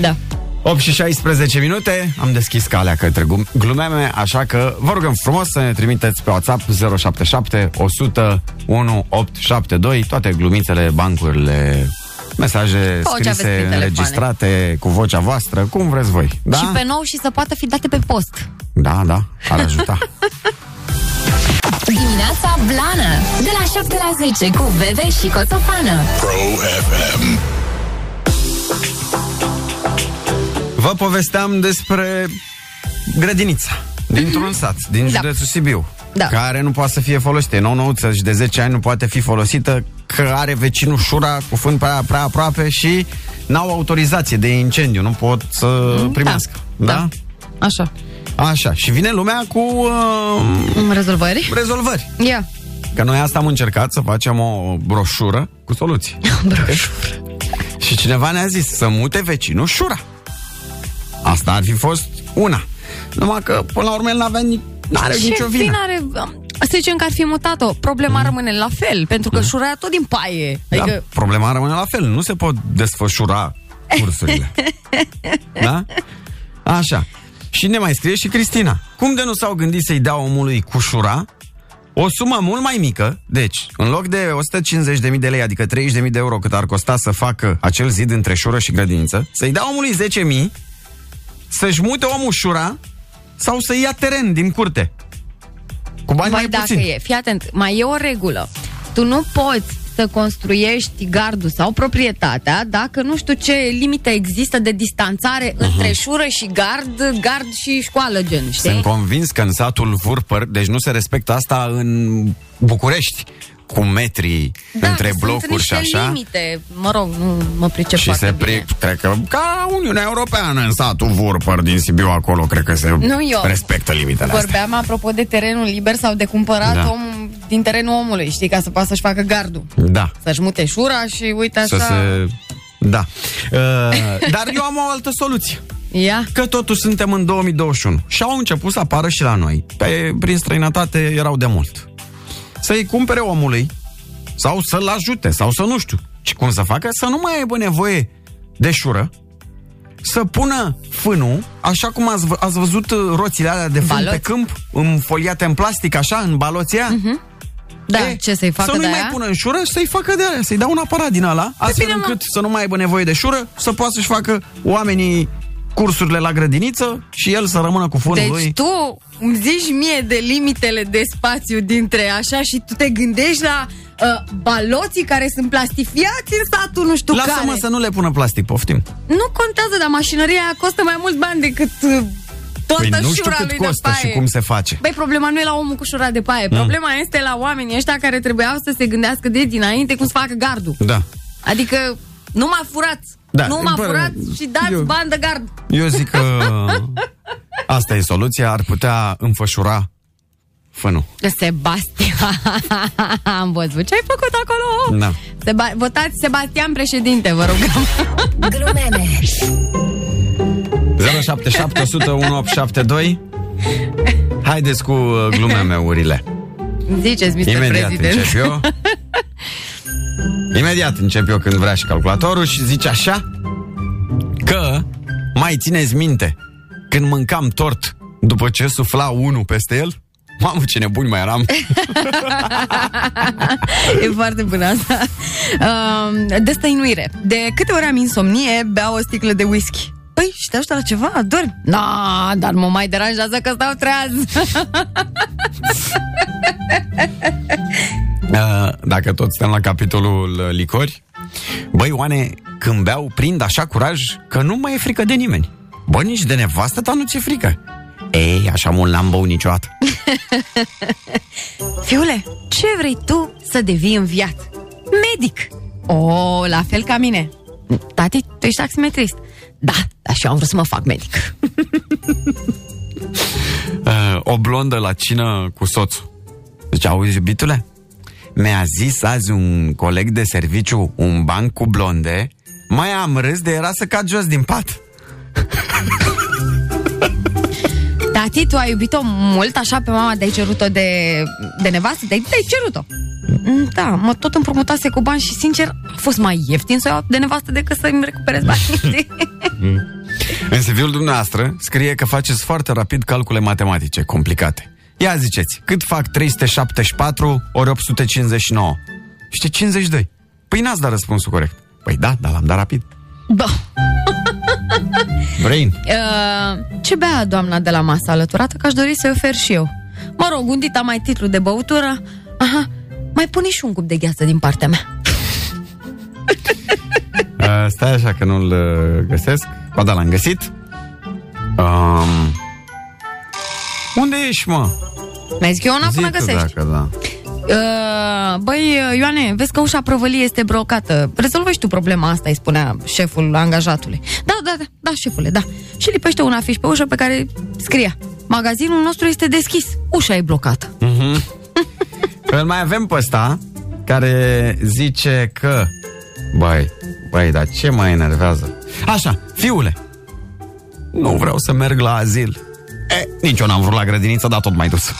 Speaker 4: Da.
Speaker 3: 8 și 16 minute, am deschis calea către glum- glumeme, așa că vă rugăm frumos să ne trimiteți pe WhatsApp 077 100 1872 toate glumițele, bancurile, mesaje
Speaker 4: Tot ce aveți prin
Speaker 3: scrise,
Speaker 4: telefoane.
Speaker 3: înregistrate, cu vocea voastră, cum vreți voi. Da?
Speaker 4: Și pe nou și să poată fi date pe post.
Speaker 3: Da, da, ar
Speaker 4: [LAUGHS]
Speaker 3: ajuta.
Speaker 1: Dimineața Blană De la 7 la 10 cu Bebe și Coțofană
Speaker 2: Pro FM.
Speaker 3: Vă povesteam despre grădinița dintr-un sat, din
Speaker 4: Da.
Speaker 3: județul Sibiu.
Speaker 4: Da.
Speaker 3: Care nu poate să fie folosită. E nouăuță și de 10 ani nu poate fi folosită că are vecinul șura cu fân prea, prea aproape și n-au autorizație de incendiu. Nu pot să
Speaker 4: Mhm.
Speaker 3: primească. Da?
Speaker 4: Așa.
Speaker 3: da? Așa. Și vine lumea cu uh,
Speaker 4: Rezolvări?
Speaker 3: rezolvări.
Speaker 4: Ia.
Speaker 3: Că noi asta am încercat să facem o broșură cu soluții. broșură. Și cineva ne-a zis să mute vecinul șura. Asta ar fi fost una. Numai că, până la urmă, el n-avea ni- n-are
Speaker 4: Și
Speaker 3: nicio vină. Mm.
Speaker 4: are... Să zicem că ar fi mutat-o. Problema rămâne la fel, pentru că șura tot din paie. Adică...
Speaker 3: Da, problema rămâne la fel. Nu se pot desfășura
Speaker 4: [LAUGHS]
Speaker 3: cursurile. da? Așa. Și ne mai scrie și Cristina. Cum de nu s-au gândit să-i dea omului cu șura o sumă mult mai mică, deci, în loc de 150.000 de lei, adică 30.000 de euro cât ar costa să facă acel zid între șură și grădiniță, să-i dea omului 10.000, să-și mute omul șura sau să ia teren din curte. Cu bani
Speaker 4: Vai,
Speaker 3: mai
Speaker 4: dacă
Speaker 3: puțin.
Speaker 4: e. Fii atent, mai e o regulă. Tu nu poți să construiești gardul sau proprietatea dacă nu știu ce limită există de distanțare
Speaker 3: Mhm.
Speaker 4: uh-huh. între șură și gard, gard și școală, gen, știi?
Speaker 3: Sunt convins că în satul Vurpăr, deci nu se respectă asta în București, cu metri
Speaker 4: da,
Speaker 3: între
Speaker 4: sunt
Speaker 3: blocuri și
Speaker 4: niște
Speaker 3: așa.
Speaker 4: limite. Mă rog, nu mă pricep
Speaker 3: Și
Speaker 4: foarte
Speaker 3: se
Speaker 4: bine.
Speaker 3: pri- cred că ca Uniunea Europeană în satul Vurpăr din Sibiu acolo, cred că se
Speaker 4: Nu eu.
Speaker 3: respectă limitele astea.
Speaker 4: Vorbeam apropo de terenul liber sau de cumpărat
Speaker 3: Da.
Speaker 4: da. om din terenul omului, știi, ca să poată să-și facă gardul.
Speaker 3: Da.
Speaker 4: Să-și mute șura și uite
Speaker 3: Să
Speaker 4: așa...
Speaker 3: se... Da. Uh, dar eu am o altă soluție.
Speaker 4: Ia.
Speaker 3: că totuși suntem în 2021 și au început să apară și la noi. Pe, prin străinătate erau de mult. Să-i cumpere omului sau să-l ajute sau să nu știu și cum să facă, să nu mai aibă nevoie de șură, să pună fânul, așa cum ați, vă- ați văzut uh, roțile alea de fân
Speaker 4: Baloți.
Speaker 3: pe câmp, înfoliate în plastic, așa, în baloția.
Speaker 4: Da,
Speaker 3: E,
Speaker 4: ce să-i facă
Speaker 3: Eh, Să nu
Speaker 4: de
Speaker 3: mai
Speaker 4: aia? Păi
Speaker 3: pună în șură și să-i facă de aia, să-i dea un aparat din ala, astfel
Speaker 4: bine, mă.
Speaker 3: încât să nu mai aibă nevoie de șură, să poată să-și facă oamenii cursurile la grădiniță și el să rămână cu fânul
Speaker 4: Deci
Speaker 3: lui.
Speaker 4: tu îmi zici mie de limitele de spațiu dintre așa și tu te gândești la uh, baloții care sunt plastifiați în satul nu știu
Speaker 3: Lasă-mă
Speaker 4: care.
Speaker 3: să nu le pună plastic, poftim.
Speaker 4: Nu contează, dar mașinăria aia costă mai mult bani decât uh, toată
Speaker 3: Păi nu știu
Speaker 4: șura
Speaker 3: cât
Speaker 4: lui
Speaker 3: costă
Speaker 4: de
Speaker 3: și
Speaker 4: paie.
Speaker 3: cum se face.
Speaker 4: Băi, problema nu e la omul cu șura de paie. Problema este la oamenii ăștia care trebuiau să se gândească de dinainte cum să facă gardul.
Speaker 3: Da.
Speaker 4: Adică nu m-a furat.
Speaker 3: Da,
Speaker 4: nu m-a
Speaker 3: bă,
Speaker 4: furat și dați
Speaker 3: eu-
Speaker 4: bani de gard.
Speaker 3: Eu zic
Speaker 4: [LAUGHS]
Speaker 3: că asta e soluția, ar putea înfășura fânul.
Speaker 4: Sebastian, [LAUGHS] am văzut ce ai făcut acolo. [LAUGHS]
Speaker 3: Da.
Speaker 4: Seba- votați Sebastian președinte, vă rugăm.
Speaker 1: Glumeme
Speaker 3: 077 100 1872 Haideți cu uh, glumemeurile.
Speaker 4: [LAUGHS] Ziceți, Mr.
Speaker 3: Imediat
Speaker 4: President.
Speaker 3: încep eu. Imediat încep eu când vrea și calculatorul și zice așa că mai țineți minte când mâncam tort după ce sufla unul peste el? Mamă, ce nebuni mai eram!
Speaker 4: [LAUGHS] e foarte bună asta. Uh, destăinuire. De câte ori am insomnie, beau o sticlă de whisky. Păi, și te ajută la ceva? Dormi? Na, dar mă mai deranjează că stau treaz. [LAUGHS]
Speaker 3: Uh, Dacă tot stăm la capitolul uh, licori, băi, oane, când beau, prind așa curaj că nu mai e frică de nimeni. Bă, nici de nevastă ta nu ți-e frică. Ei, așa mult n-am băut niciodată.
Speaker 4: Fiule, ce vrei tu să devii în viață? Medic! O, oh, la fel ca mine. Tati, tu ești taximetrist. Da, dar și eu am vrut să mă fac medic.
Speaker 3: Uh, o blondă la cină cu soțul. Deci, auzi, iubitule? Mi-a zis azi un coleg de serviciu un banc cu blonde, mai am râs de era să cad jos din pat.
Speaker 4: Tati, tu ai iubit-o mult, așa pe mama de-ai cerut-o de, de nevastă, de, de-ai cerut-o. Mm, Da, mă tot împrumutase cu bani și, sincer, a fost mai ieftin să o iau de nevastă decât să-mi recuperez banii. [LAUGHS] știi?
Speaker 3: În CV-ul dumneavoastră scrie că faceți foarte rapid calcule matematice complicate. Ia ziceți, cât fac 374 ori 859? Știi, 52. Păi n-ați dat răspunsul corect. Păi da, dar l-am dat rapid.
Speaker 4: Bă,
Speaker 3: Brain.
Speaker 4: uh, ce bea doamna de la masă alăturată, că aș dori să-i ofer și eu. Mă rog, un dita mai titlu de băutură. Aha, mai pune și un cup de gheață din partea mea.
Speaker 3: Uh, stai așa că nu-l uh, găsesc. Ba da, l-am găsit. Um, unde ești, mă?
Speaker 4: Mi-ai zis că eu una până
Speaker 3: Zi tu
Speaker 4: găsești.
Speaker 3: Dacă, da.
Speaker 4: Uh, băi, Ioane, vezi că ușa prăvăliei este blocată. Rezolvă și tu problema asta, îi spunea șeful angajatului. Da, da, da, da, șefule, da. Și lipește un afiș pe ușă pe care scria Magazinul nostru este deschis, ușa e blocată.
Speaker 3: Mhm. Păi Îl mai avem pe ăsta care zice că... Băi, băi, dar ce mă enervează? Așa, fiule, nu vreau să merg la azil. E, nici eu n-am vrut la grădiniță, dar tot mai dus.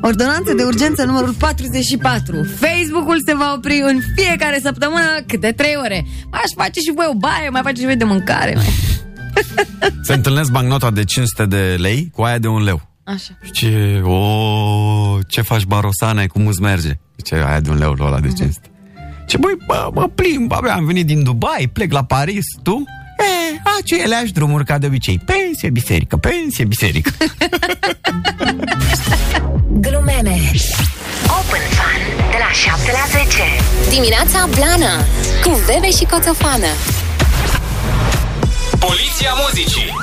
Speaker 4: Ordonanță de urgență numărul 44. Facebook-ul se va opri în fiecare săptămână câte 3 ore. Mai aș face și voi o baie, mai face și voi de mâncare. Mai.
Speaker 3: Se întâlnesc bancnota de 500 de lei cu aia de un leu.
Speaker 4: Așa.
Speaker 3: Ce, o, ce faci barosane, cum îți merge? Ce aia de un leu lua ăla de 500. Ce băi, bă, mă plimb, abia am venit din Dubai, plec la Paris, tu? E, aceleași drumuri ca de obicei. Pensie, biserică, pensie, biserică.
Speaker 1: Glumeme
Speaker 17: Open Fun de la 7 la 10.
Speaker 1: Dimineața Blana Cu Bebe și Coțofană
Speaker 18: Poliția muzicii.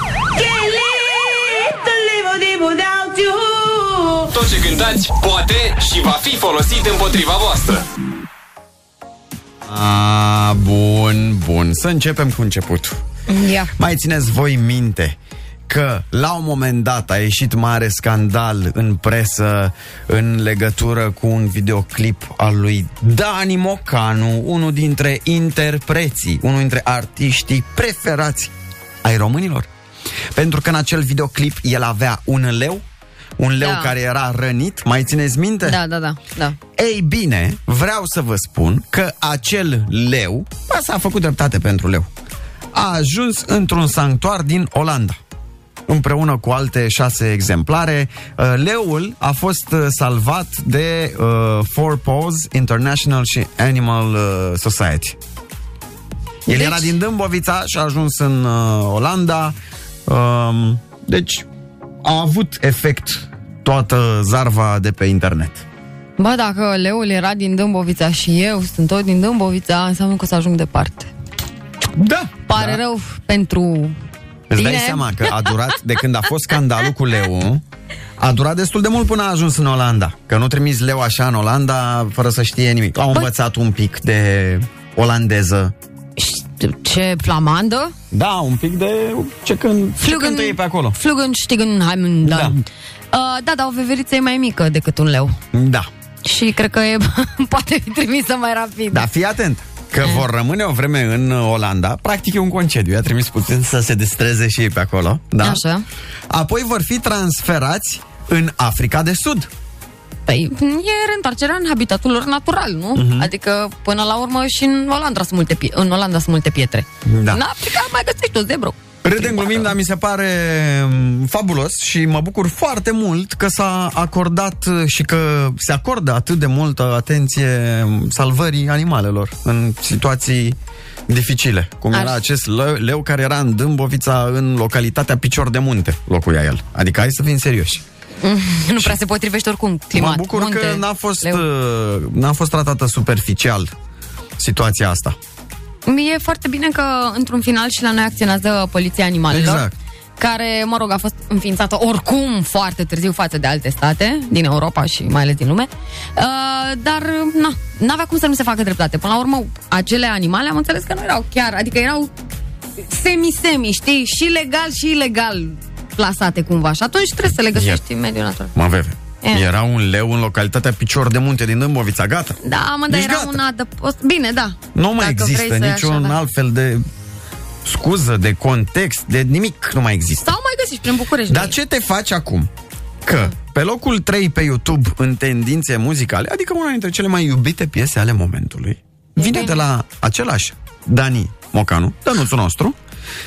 Speaker 18: Tot ce cântați poate și va fi folosit împotriva voastră.
Speaker 3: A, bun, bun. Să începem cu începutul.
Speaker 4: Ia.
Speaker 3: Mai țineți voi minte că la un moment dat a ieșit mare scandal în presă în legătură cu un videoclip al lui Dani Mocanu, unul dintre interpreții, unul dintre artiștii preferați ai românilor. Pentru că în acel videoclip el avea un leu, un leu
Speaker 4: Da.
Speaker 3: care era rănit, mai țineți minte?
Speaker 4: Da, da, da, da.
Speaker 3: Ei bine, vreau să vă spun că acel leu, asta a făcut dreptate pentru leu, a ajuns într-un sanctuar din Olanda. Împreună cu alte șase exemplare, uh, leul a fost uh, salvat de uh, Four Paws International și Animal uh, Society. El
Speaker 19: Deci-
Speaker 3: deci... era din Dâmbovița și a ajuns în uh, Olanda. Um, deci a avut efect toată zarva de pe internet.
Speaker 4: Bă, dacă leul era din Dâmbovița și eu sunt tot din Dâmbovița, înseamnă că o să ajung departe.
Speaker 3: Da!
Speaker 4: Pare da. rău pentru
Speaker 3: Îți
Speaker 4: tine.
Speaker 3: dai seama că a durat, de când a fost scandalul cu leu, a durat destul de mult până a ajuns în Olanda. Că nu trimis leu așa în Olanda fără să știe nimic. Au învățat un pic de olandeză.
Speaker 4: Ce flamandă?
Speaker 3: Da, un pic de ce când ce
Speaker 4: Flugân-
Speaker 3: cântă ei pe acolo.
Speaker 4: Flugen, Stigen, Heimen, da. Da.
Speaker 3: Da.
Speaker 4: Uh, da, dar o veveriță e mai mică decât un leu.
Speaker 3: Da.
Speaker 4: Și cred că e, [LAUGHS] poate fi trimisă mai rapid.
Speaker 3: Da, fii atent. Că
Speaker 4: Eh.
Speaker 3: vor rămâne o vreme în Olanda, practic e un concediu, i-a trimis puțin să se distreze și ei pe acolo. Da?
Speaker 4: Așa.
Speaker 3: Apoi vor fi transferați în Africa de Sud.
Speaker 4: Păi, e reîntoarcerea în habitatul lor natural, nu?
Speaker 3: Mhm.
Speaker 4: Adică, până la urmă, și în Olanda sunt multe, pie- în Olanda sunt multe pietre.
Speaker 3: Da.
Speaker 4: În Africa mai găsești o zebră. [LAUGHS]
Speaker 3: Râdem glumind, dar mi se pare mm, fabulos și mă bucur foarte mult că s-a acordat și că se acordă atât de multă atenție salvării animalelor în situații dificile, cum Ar... era acest leu, leu care era în Dâmbovița, în localitatea Picior de Munte, locuia el. Adică hai să fim serioși.
Speaker 4: Mm, nu prea se potrivește oricum climat,
Speaker 3: Mă bucur
Speaker 4: munte,
Speaker 3: că n-a fost, uh, n-a fost tratată superficial situația asta.
Speaker 4: E foarte bine că într-un final și la noi acționează Poliția Animalelor.
Speaker 3: Exact.
Speaker 4: Care, mă rog, a fost înființată oricum foarte târziu față de alte state din Europa și mai ales din lume. Uh, dar, na, n-avea cum să nu se facă dreptate. Până la urmă, acele animale am înțeles că nu erau chiar, adică erau semi-semi, știi? Și legal și ilegal plasate cumva. Și atunci trebuie să le găsești în mediul natural.
Speaker 3: Mă veve.
Speaker 4: Eh.
Speaker 3: Yeah. Era un leu în localitatea Picior de Munte din Dâmbovița, gata.
Speaker 4: Da, mă, dar
Speaker 3: Deci
Speaker 4: era
Speaker 3: gata.
Speaker 4: un adăpost. Bine, da.
Speaker 3: Nu mai
Speaker 4: Dacă
Speaker 3: există
Speaker 4: vrei să
Speaker 3: niciun
Speaker 4: așa, da.
Speaker 3: alt fel de scuză, de context, de nimic nu mai există.
Speaker 4: Sau mai găsești prin București.
Speaker 3: Dar ce te faci acum? Că pe locul 3 pe YouTube în tendințe muzicale, adică una dintre cele mai iubite piese ale momentului, vine de la același Dani Mocanu, dănuțul nostru,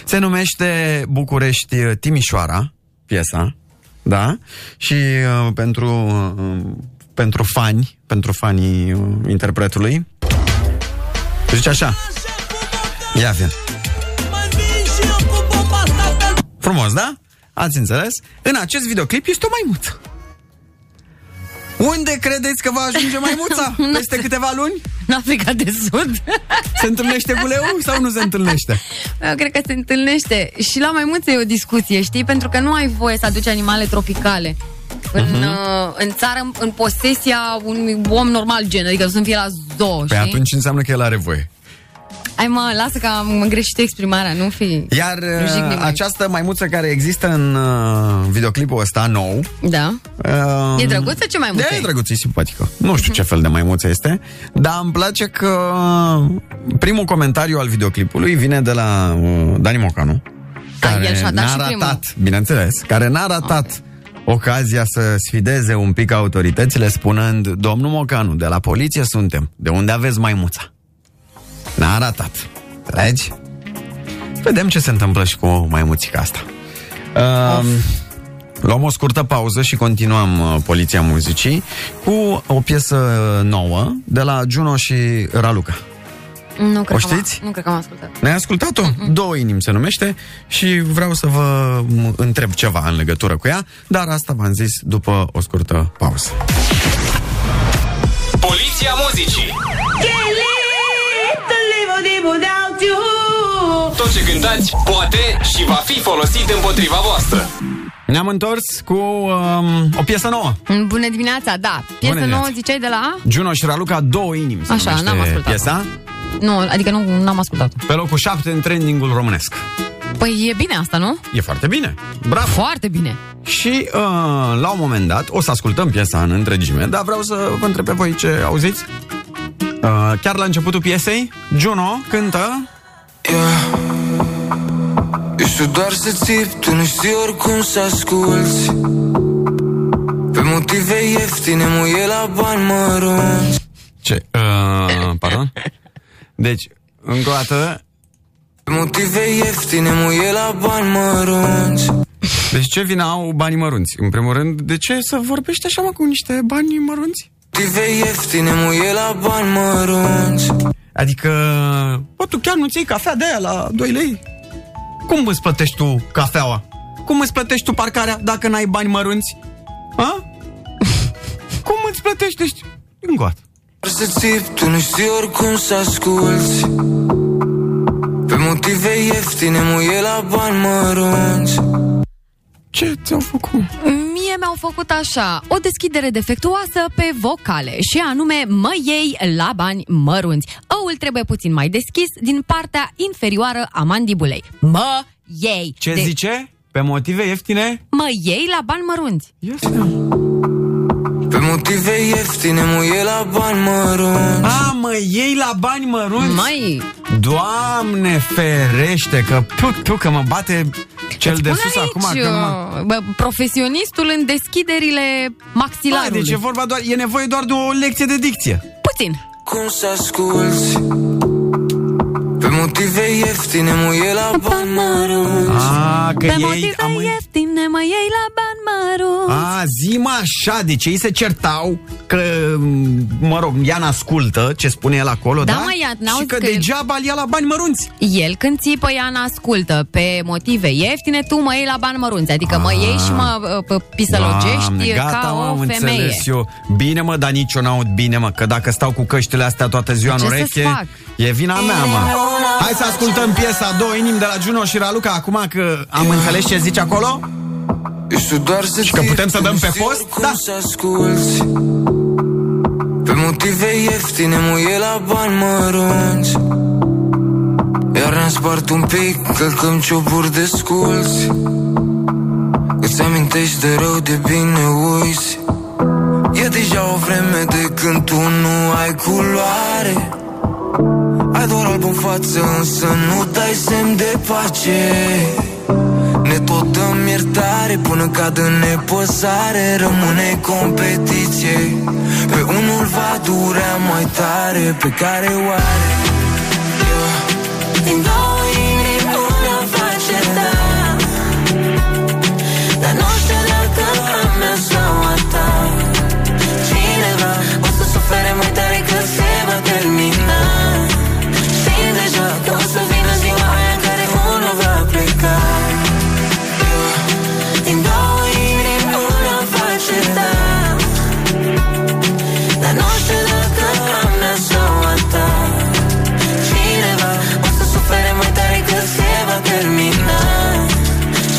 Speaker 3: se numește București uh, Timișoara, piesa, da? Și uh, pentru, uh, pentru fani, pentru fanii uh, interpretului, zice așa, ia vin. Frumos, da? Ați înțeles? În acest videoclip este o maimuță. Unde credeți că va ajunge [LAUGHS] maimuța? Peste câteva luni?
Speaker 4: În Africa de Sud.
Speaker 3: Se întâlnește cu leu sau nu se întâlnește?
Speaker 4: Eu Da, cred că se întâlnește. Și la maimuțe e o discuție, știi? Pentru că nu ai voie să aduci animale tropicale în,
Speaker 3: Mhm.
Speaker 4: uh, în țară, în- în posesia unui om normal gen. Adică să nu fie la zoo,
Speaker 3: Păi
Speaker 4: știi?
Speaker 3: atunci înseamnă că el are voie.
Speaker 4: Ai mă, lasă că am greșit exprimarea, nu fi...
Speaker 3: Iar
Speaker 4: Nu jignim
Speaker 3: uh,
Speaker 4: mai.
Speaker 3: această maimuță care există în uh, videoclipul ăsta nou...
Speaker 4: Da.
Speaker 3: Uh,
Speaker 4: E drăguță ce maimuță
Speaker 3: Da, e Mhm.
Speaker 4: e?
Speaker 3: drăguță, e simpatică. Nu știu ce fel de maimuță este, dar îmi place că primul comentariu al videoclipului vine de la uh, Dani Mocanu,
Speaker 4: el
Speaker 3: care
Speaker 4: și-a dat
Speaker 3: n-a
Speaker 4: și
Speaker 3: ratat,
Speaker 4: primul.
Speaker 3: bineînțeles, care n-a ratat ocazia să sfideze un pic autoritățile spunând, domnul Mocanu, de la poliție suntem, de unde aveți maimuța? N-a ratat. Înțelegi? Vedem ce se întâmplă și cu maimuțica asta. Um, luăm o scurtă pauză și continuăm uh, Poliția Muzicii cu o piesă nouă de la Juno și Raluca.
Speaker 4: Nu cred
Speaker 3: O
Speaker 4: că am-
Speaker 3: știți?
Speaker 4: Nu cred că am ascultat.
Speaker 3: Ne-ai ascultat-o? Două inimi se numește și vreau să vă m, întreb ceva în legătură cu ea, dar asta v-am zis după o scurtă pauză.
Speaker 18: Poliția muzicii. Tot ce cântați poate și va fi folosit împotriva voastră.
Speaker 3: Ne-am întors cu um, o piesă nouă.
Speaker 4: Bună dimineața, da. Piesă nouă
Speaker 3: dimineața.
Speaker 4: ziceai de la...
Speaker 3: Juno și Raluca, două inimi se
Speaker 4: Așa,
Speaker 3: numește
Speaker 4: n-am ascultat-o.
Speaker 3: piesa.
Speaker 4: Nu, adică nu am ascultat.
Speaker 3: Pe locul 7 în trendingul românesc.
Speaker 4: Păi e bine asta, nu?
Speaker 3: E foarte bine. Bravo.
Speaker 4: Foarte bine.
Speaker 3: Și uh, la un moment dat o să ascultăm piesa în întregime, dar vreau să vă întreb pe voi ce auziți. Uh, chiar la începutul piesei, Juno cântă...
Speaker 19: Eu știu doar să țip, tu nu știi oricum să asculti Pe motive ieftine, muie la bani mărunți
Speaker 3: Ce? Uh, pardon? Deci, încă o dată...
Speaker 19: Pe motive ieftine, muie la bani mărunți
Speaker 3: Deci ce vina au banii mărunți? În primul rând, de ce să vorbești așa, mă, cu niște bani mărunți?
Speaker 19: Motive ieftine, muie la bani mărunți
Speaker 3: Adică, bă, tu chiar nu-ți iei cafea de aia la 2 lei? Cum îți plătești tu cafeaua? Cum îți plătești tu parcarea dacă n-ai bani mărunți? A? [LAUGHS] Cum îți plătești? Deci, încă o dată.
Speaker 19: Doar să țip, tu nu știi oricum să asculti Pe motive ieftine, muie la bani mărunți
Speaker 3: Ce ți-au făcut?
Speaker 4: Mie mi-au făcut așa, o deschidere defectuoasă pe vocale și anume mă iei la bani mărunți. Oul trebuie puțin mai deschis din partea inferioară a mandibulei. Mă iei. Deci,
Speaker 3: Ce zice? Pe motive ieftine?
Speaker 4: Mă iei la bani mărunți.
Speaker 19: Pe motive ieftine, muie la bani mărunți
Speaker 3: A, mă iei la bani mărunți?
Speaker 4: Mai.
Speaker 3: Doamne ferește că puc, puc, că mă bate cel de sus acum.
Speaker 4: Aici, uh,
Speaker 3: Că mă...
Speaker 4: bă, profesionistul în deschiderile maxilarului.
Speaker 3: Hai, deci e vorba doar, e nevoie doar de o lecție de dicție.
Speaker 4: Puțin.
Speaker 19: Cum să asculti Pe motive ieftine mă iei la bani mărunți
Speaker 3: A, Ah, că
Speaker 4: Pe
Speaker 3: ei
Speaker 4: motive
Speaker 3: amâi...
Speaker 4: ieftine mă iei la bani mărunți
Speaker 3: A, zima așa, deci ei se certau că, mm, mă rog, ea n-ascultă ce spune el acolo, da?
Speaker 4: Da, mă, ea n-auzi
Speaker 3: Și că,
Speaker 4: că-
Speaker 3: degeaba îl ia la bani mărunți.
Speaker 4: El când țipă, ea n-ascultă Pe motive ieftine, tu mă iei la bani mărunți Adică mă
Speaker 3: Ah.
Speaker 4: iei și mă uh, p- pisălogești
Speaker 3: gata,
Speaker 4: ca
Speaker 3: mă,
Speaker 4: o
Speaker 3: am
Speaker 4: femeie
Speaker 3: înțeles eu. Bine, mă, dar nici eu n-aud bine, mă, că dacă stau cu căștile astea toată ziua
Speaker 4: Ce
Speaker 3: în
Speaker 4: să-ți
Speaker 3: ureche,
Speaker 4: fac?
Speaker 3: e vina mea, mă. Hai să ascultăm piesa Două inimi de la Juno și Raluca acum că am înțeles ce zici acolo. Și că putem să dăm pe post?
Speaker 19: Da asculti Pe motive ieftine mă iei la bani mărunți Iar ne-am spart un pic, călcăm cioburi de sculți Îți amintești de rău, de bine uiți E deja o vreme de când tu nu ai culoare Ai doar alb în față, însă nu dai semn de pace ne tot dăm iertare până cad în nepăsare Rămâne competiție Pe unul va durea mai tare Pe care oare
Speaker 20: Din două inimi una face ta Dar nu știu dacă a mea sau a ta Cineva o să sufere mai tare că se va termina Știi deja că o să vină ziua aia în care unul va pleca Din două inimi una face ta Dar nu știu dacă a mea sau a ta Cineva o să sufere mai tare că se va termina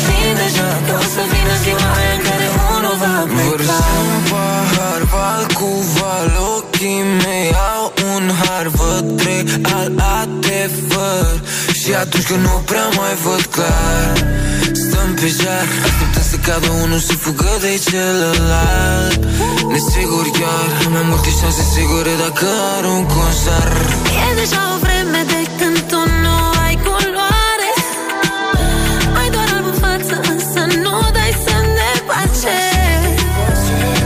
Speaker 20: Știi deja că o să vină ziua aia în care unul va pleca
Speaker 19: Vărsăm pahar, val cu val Ochii mei au un har Văd trei al adevăr Și atunci când nu prea mai văd clar Stăm pe jar Așteptăm să cadă unul și fugă de celălalt Nesigur chiar Am mai multe șanse sigure dacă arunc un sar
Speaker 20: E deja o vreme de când tu nu ai culoare Ai doar albă față, însă nu dai semn de pace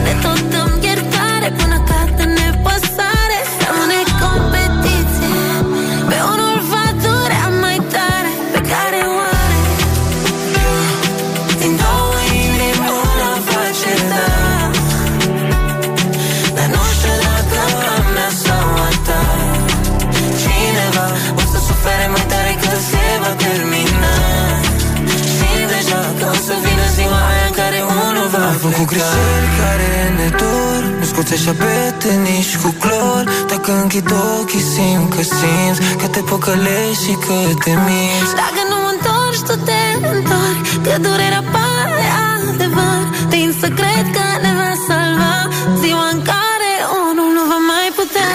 Speaker 20: Ne tot dăm iertare până cad în nepăsare Rămâne competiție Pe unul va durea mai tare Pe care oare Din două inimi una face da Dar nu știu dacă a mea sau a ta Cineva o să sufere mai tare că se va termina Știi deja că o să vină ziua aia în care unul va
Speaker 19: Am făcut greșeli care ne dor Nu scoți așa bete nici cu clor Dacă închid ochii simt că simți Că te păcălești și că te minți
Speaker 20: Dacă nu mă întorci, tu te întorci Că durerea pare adevăr Tind să cred că ne va salva Ziua în care unul nu va mai putea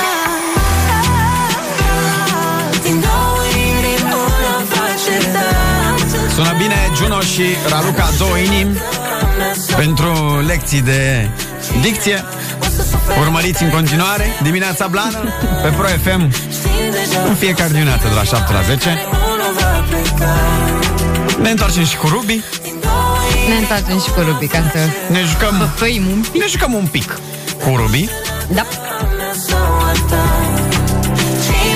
Speaker 20: Din două inimi una face da
Speaker 3: Sună bine Juno și Raluca Două inimi pentru lecții de dicție. Urmăriți în continuare dimineața blană pe Pro FM în fiecare dimineață de la 7 la 10.
Speaker 20: Unul va pleca
Speaker 3: Ne întoarcem și cu Rubi.
Speaker 4: Ne întoarcem și cu Rubi ca să
Speaker 3: Ne jucăm,
Speaker 4: făim un pic
Speaker 3: ne jucăm un pic cu Rubi.
Speaker 4: Da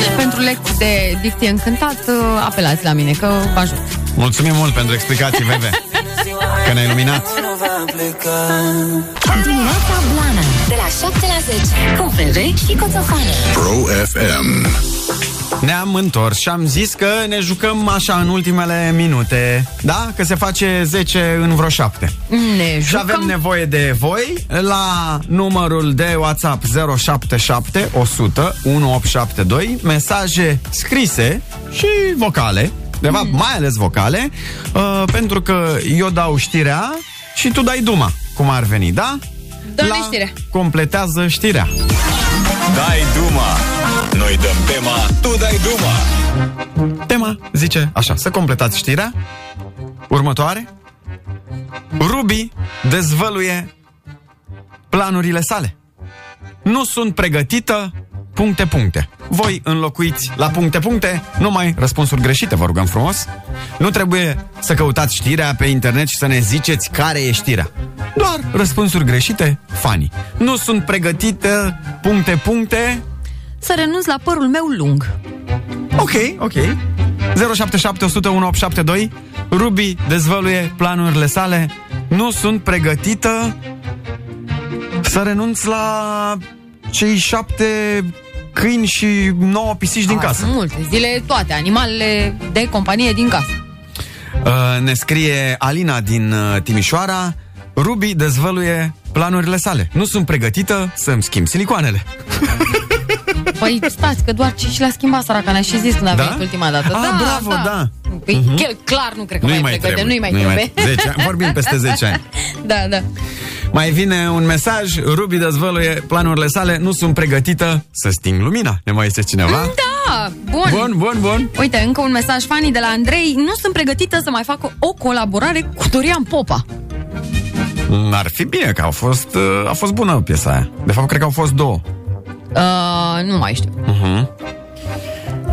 Speaker 4: Și pentru lecții de dicție încântat uh, Apelați la mine că vă ajut
Speaker 3: Mulțumim mult pentru explicații, Veve. Că ne-ai iluminat.
Speaker 19: Unul va pleca
Speaker 1: Dimineața Blana De la 7 la 10 Cu Bebe și Coțofană
Speaker 2: Pro FM.
Speaker 3: Ne-am întors și am zis că ne jucăm așa în ultimele minute, da? Că se face 10 în vreo 7.
Speaker 4: Ne
Speaker 3: Și avem
Speaker 4: jucăm
Speaker 3: nevoie de voi la numărul de WhatsApp 077 100 1872, mesaje scrise și vocale, de fapt,
Speaker 4: Mm.
Speaker 3: mai ales vocale, uh, pentru că eu dau știrea și tu dai duma, cum ar veni, da?
Speaker 4: Dă-ne
Speaker 3: la
Speaker 4: știrea.
Speaker 3: completează știrea.
Speaker 2: Dai duma! Noi dăm tema, tu dai duma!
Speaker 3: Tema zice așa, să completați știrea următoare. Ruby dezvăluie planurile sale. Nu sunt pregătită puncte puncte. Voi înlocuiți la puncte puncte numai răspunsuri greșite, vă rugăm frumos. Nu trebuie să căutați știrea pe internet și să ne ziceți care e știrea. Doar răspunsuri greșite, fani. Nu sunt pregătită puncte puncte.
Speaker 4: Să renunț la părul meu lung
Speaker 3: Ok, ok. 077 Ruby dezvăluie planurile sale Nu sunt pregătită Să renunț la Cei șapte Câini și nouă pisici din
Speaker 4: A,
Speaker 3: casă
Speaker 4: Sunt multe zile, toate animalele de companie din casă.
Speaker 3: Uh, Ne scrie Alina din uh, Timișoara Ruby dezvăluie planurile sale Nu sunt pregătită să-mi schimb silicoanele
Speaker 4: Păi stați, că doar ce și l-a schimbat săraca, ne-a și zis când a
Speaker 3: Da?
Speaker 4: venit ultima dată.
Speaker 3: Ah, bravo, da.
Speaker 4: Păi,
Speaker 3: Mhm.
Speaker 4: el clar nu cred că mai, e pregătit, nu-i mai trebuie.
Speaker 3: 10 ani, vorbim peste 10
Speaker 4: [LAUGHS]
Speaker 3: ani
Speaker 4: Da, da.
Speaker 3: Mai vine un mesaj, Ruby dezvăluie planurile sale, nu sunt pregătită să sting lumina. Ne mai este cineva?
Speaker 4: Da, bun.
Speaker 3: Ah. Bun, bun, bun.
Speaker 4: Uite, încă un mesaj fanii de la Andrei. Nu sunt pregătită să mai fac o colaborare cu Dorian Popa.
Speaker 3: Ar fi bine că au fost, uh, a fost bună piesa aia. De fapt, cred că au fost două.
Speaker 4: Uh, nu mai știu.
Speaker 3: Uh-huh.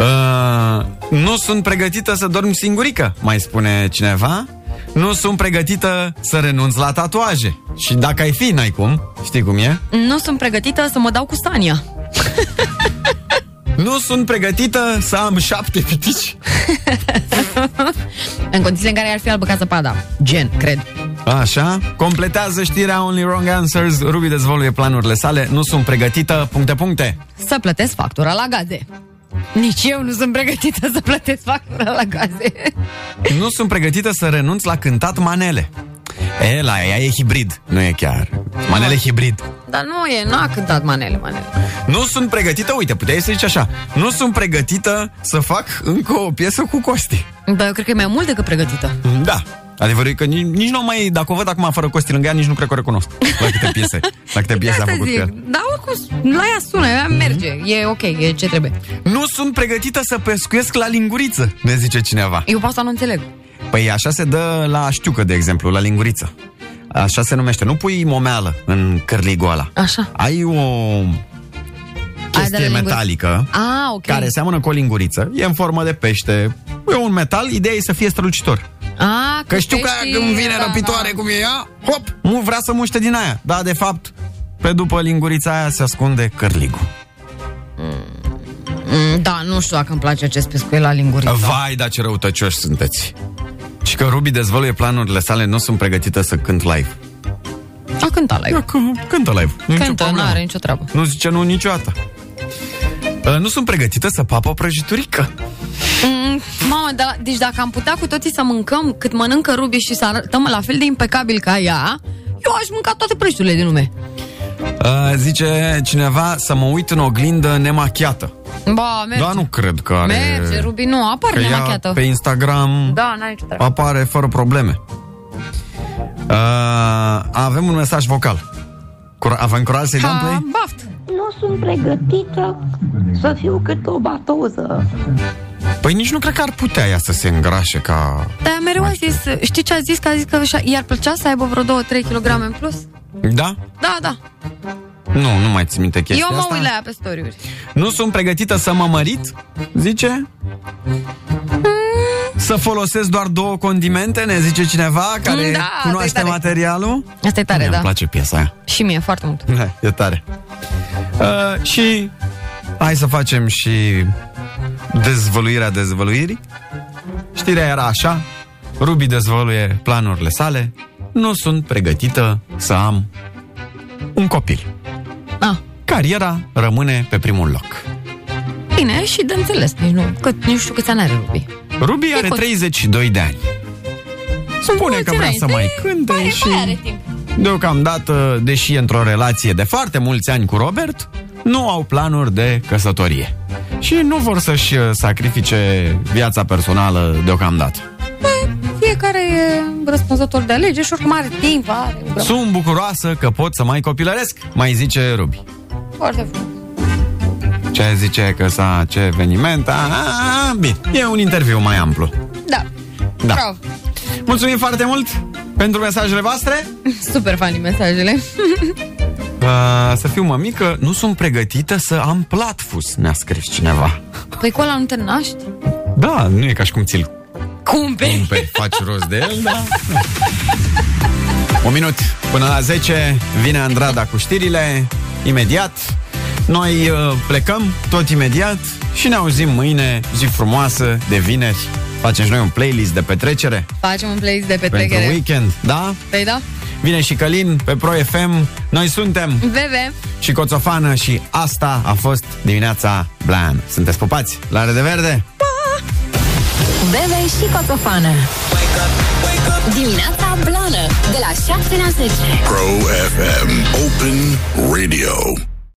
Speaker 3: Uh, nu sunt pregătită să dorm singurică, mai spune cineva. Nu sunt pregătită să renunț la tatuaje. Și dacă ai fi, n-ai cum. Știi cum e?
Speaker 4: Nu sunt pregătită să mă dau cu Sania.
Speaker 3: Nu sunt pregătită să am șapte pitici.
Speaker 4: [LAUGHS] În condițiile în care ar fi albă ca zăpada. Gen, cred.
Speaker 3: Așa, completează știrea Only Wrong Answers, Ruby dezvoluie planurile sale, nu sunt pregătită, puncte, puncte.
Speaker 4: Să plătesc factura la gaze. Nici eu nu sunt pregătită să plătesc factura la gaze. [LAUGHS]
Speaker 3: Nu sunt pregătită să renunț la cântat manele. E, la ea e hibrid, nu e chiar. Manele hibrid.
Speaker 4: Dar nu e, n-a cântat manele, manele.
Speaker 3: Nu sunt pregătită, uite, puteai să zici așa, nu sunt pregătită să fac încă o piesă cu Costi.
Speaker 4: Dar eu cred că e mai mult decât pregătită.
Speaker 3: Da. Adevărul e că nici, nici nu mai, dacă o văd acum fără Costi lângă ea, nici nu cred că o recunosc. La câte piese, la câte piese a
Speaker 4: Asta
Speaker 3: făcut cu
Speaker 4: Da, zic,
Speaker 3: el.
Speaker 4: dar oricum, la ea sună, ea merge, e ok, e ce trebuie.
Speaker 3: Nu sunt pregătită să pescuiesc la linguriță, ne zice cineva.
Speaker 4: Eu pe asta nu înțeleg.
Speaker 3: Păi așa se dă la știucă, de exemplu, la linguriță. Așa se numește. Nu pui momeală în cârlii goala.
Speaker 4: Așa.
Speaker 3: Ai o
Speaker 4: de la
Speaker 3: chestie
Speaker 4: linguri-
Speaker 3: metalică
Speaker 4: Ah, ok.
Speaker 3: care seamănă cu o linguriță. E în formă de pește. E un metal. Ideea e să fie strălucitor.
Speaker 4: A,
Speaker 3: Că știu că
Speaker 4: peștii-
Speaker 3: când vine răpitoare
Speaker 4: da.
Speaker 3: cum e ea, hop, nu vrea să muște din aia. Dar, de fapt, pe după lingurița aia se ascunde cârligul.
Speaker 4: Mm, Da, nu știu dacă îmi place acest pescuit la linguriță.
Speaker 3: Da. Vai, dar ce răutăcioși sunteți! Și că Ruby dezvăluie planurile sale, nu sunt pregătită să cânt live.
Speaker 4: A cântat la
Speaker 3: eu. Da, Cântă live. Nu
Speaker 4: Cântă, nu are nicio treabă.
Speaker 3: Nu zice nu niciodată. Uh, Nu sunt pregătită să papă o prăjiturică.
Speaker 4: Mm, Mamă, da, deci dacă am putea cu toții să mâncăm cât mănâncă Ruby și să arătăm la fel de impecabil ca ea, eu aș mânca toate prăjiturile din lume.
Speaker 3: Uh, Zice cineva să mă uit în oglindă nemachiată.
Speaker 4: Ba, merge.
Speaker 3: Da, nu cred că are...
Speaker 4: Merge, Ruby, nu, apar
Speaker 3: că Păi- ea
Speaker 4: nemachiată.
Speaker 3: pe Instagram
Speaker 4: Da, n-are nicio treabă.
Speaker 3: apare fără probleme. Uh, avem un mesaj vocal. Cura- avem curaj să-i dăm play?
Speaker 4: baft!
Speaker 21: Nu sunt pregătită să fiu cât o batoză.
Speaker 3: Păi nici nu cred că ar putea ea să se îngrașe ca...
Speaker 4: Dar mereu a zis, știi ce a zis? Că a zis că și-a- i-ar plăcea să aibă vreo 2-3 kg în plus.
Speaker 3: Da?
Speaker 4: Da, da.
Speaker 3: Nu, nu mai ți minte chestia
Speaker 4: eu mă
Speaker 3: asta.
Speaker 4: uit la ea pe story-uri.
Speaker 3: Nu sunt pregătită să mă mărit, zice.
Speaker 4: Mm.
Speaker 3: Să folosesc doar două condimente, ne zice cineva care
Speaker 4: Da, asta e
Speaker 3: cunoaște
Speaker 4: tare.
Speaker 3: materialul.
Speaker 4: Asta e tare,
Speaker 3: Mie
Speaker 4: da.
Speaker 3: Îmi place piesa aia.
Speaker 4: Și mie, foarte mult.
Speaker 3: Da, E tare. Uh, și hai să facem și dezvăluirea dezvăluirii. Știrea era așa. Ruby dezvăluie planurile sale. Nu sunt pregătită să am un copil.
Speaker 4: Ah.
Speaker 3: Cariera rămâne pe primul loc.
Speaker 4: Bine, și de înțeles, nici nu, cât, nu știu câți ani are Ruby.
Speaker 3: Ruby are
Speaker 4: Micuț.
Speaker 3: 32 de ani. Spune că vrea să mai cânte și... Deocamdată, deși e într-o relație de foarte mulți ani cu Robert, nu au planuri de căsătorie. Și nu vor să-și uh, sacrifice viața personală deocamdată.
Speaker 4: Fiecare e răspunzător de alegeri și oricum are timp, are un grămadă.
Speaker 3: Sunt bucuroasă că pot să mai copilăresc, mai zice Ruby.
Speaker 4: Foarte frumos.
Speaker 3: Ce zice că s-a ce eveniment? A, a, a, bine, e un interviu mai amplu.
Speaker 4: Da.
Speaker 3: Da.
Speaker 4: Bravo.
Speaker 3: Mulțumim foarte mult pentru mesajele voastre.
Speaker 4: Super funny mesajele.
Speaker 3: Uh, să fiu mămică, nu sunt pregătită să am platfus, ne-a scris cineva.
Speaker 4: Păi cu ăla nu te naști?
Speaker 3: Da, nu e ca și cum ți-l [LAUGHS]
Speaker 4: Cumperi.
Speaker 3: cumperi, faci rost de el, da. Un minut până la 10 vine Andrada cu știrile, imediat. Noi uh, plecăm tot imediat și ne auzim mâine, zi frumoasă de vineri. Facem și noi un playlist de petrecere
Speaker 4: Facem un playlist de
Speaker 3: pentru
Speaker 4: petrecere.
Speaker 3: weekend, da?
Speaker 4: Păi da?
Speaker 3: Vine și Călin pe Pro FM. Noi suntem
Speaker 4: Bebe!
Speaker 3: și Coțofană și asta a fost dimineața Blan. Sunteți pupați? La de verde!
Speaker 1: Bebe și Coțofană Dimineața Blană De la 7 la 10
Speaker 2: Pro FM Open Radio.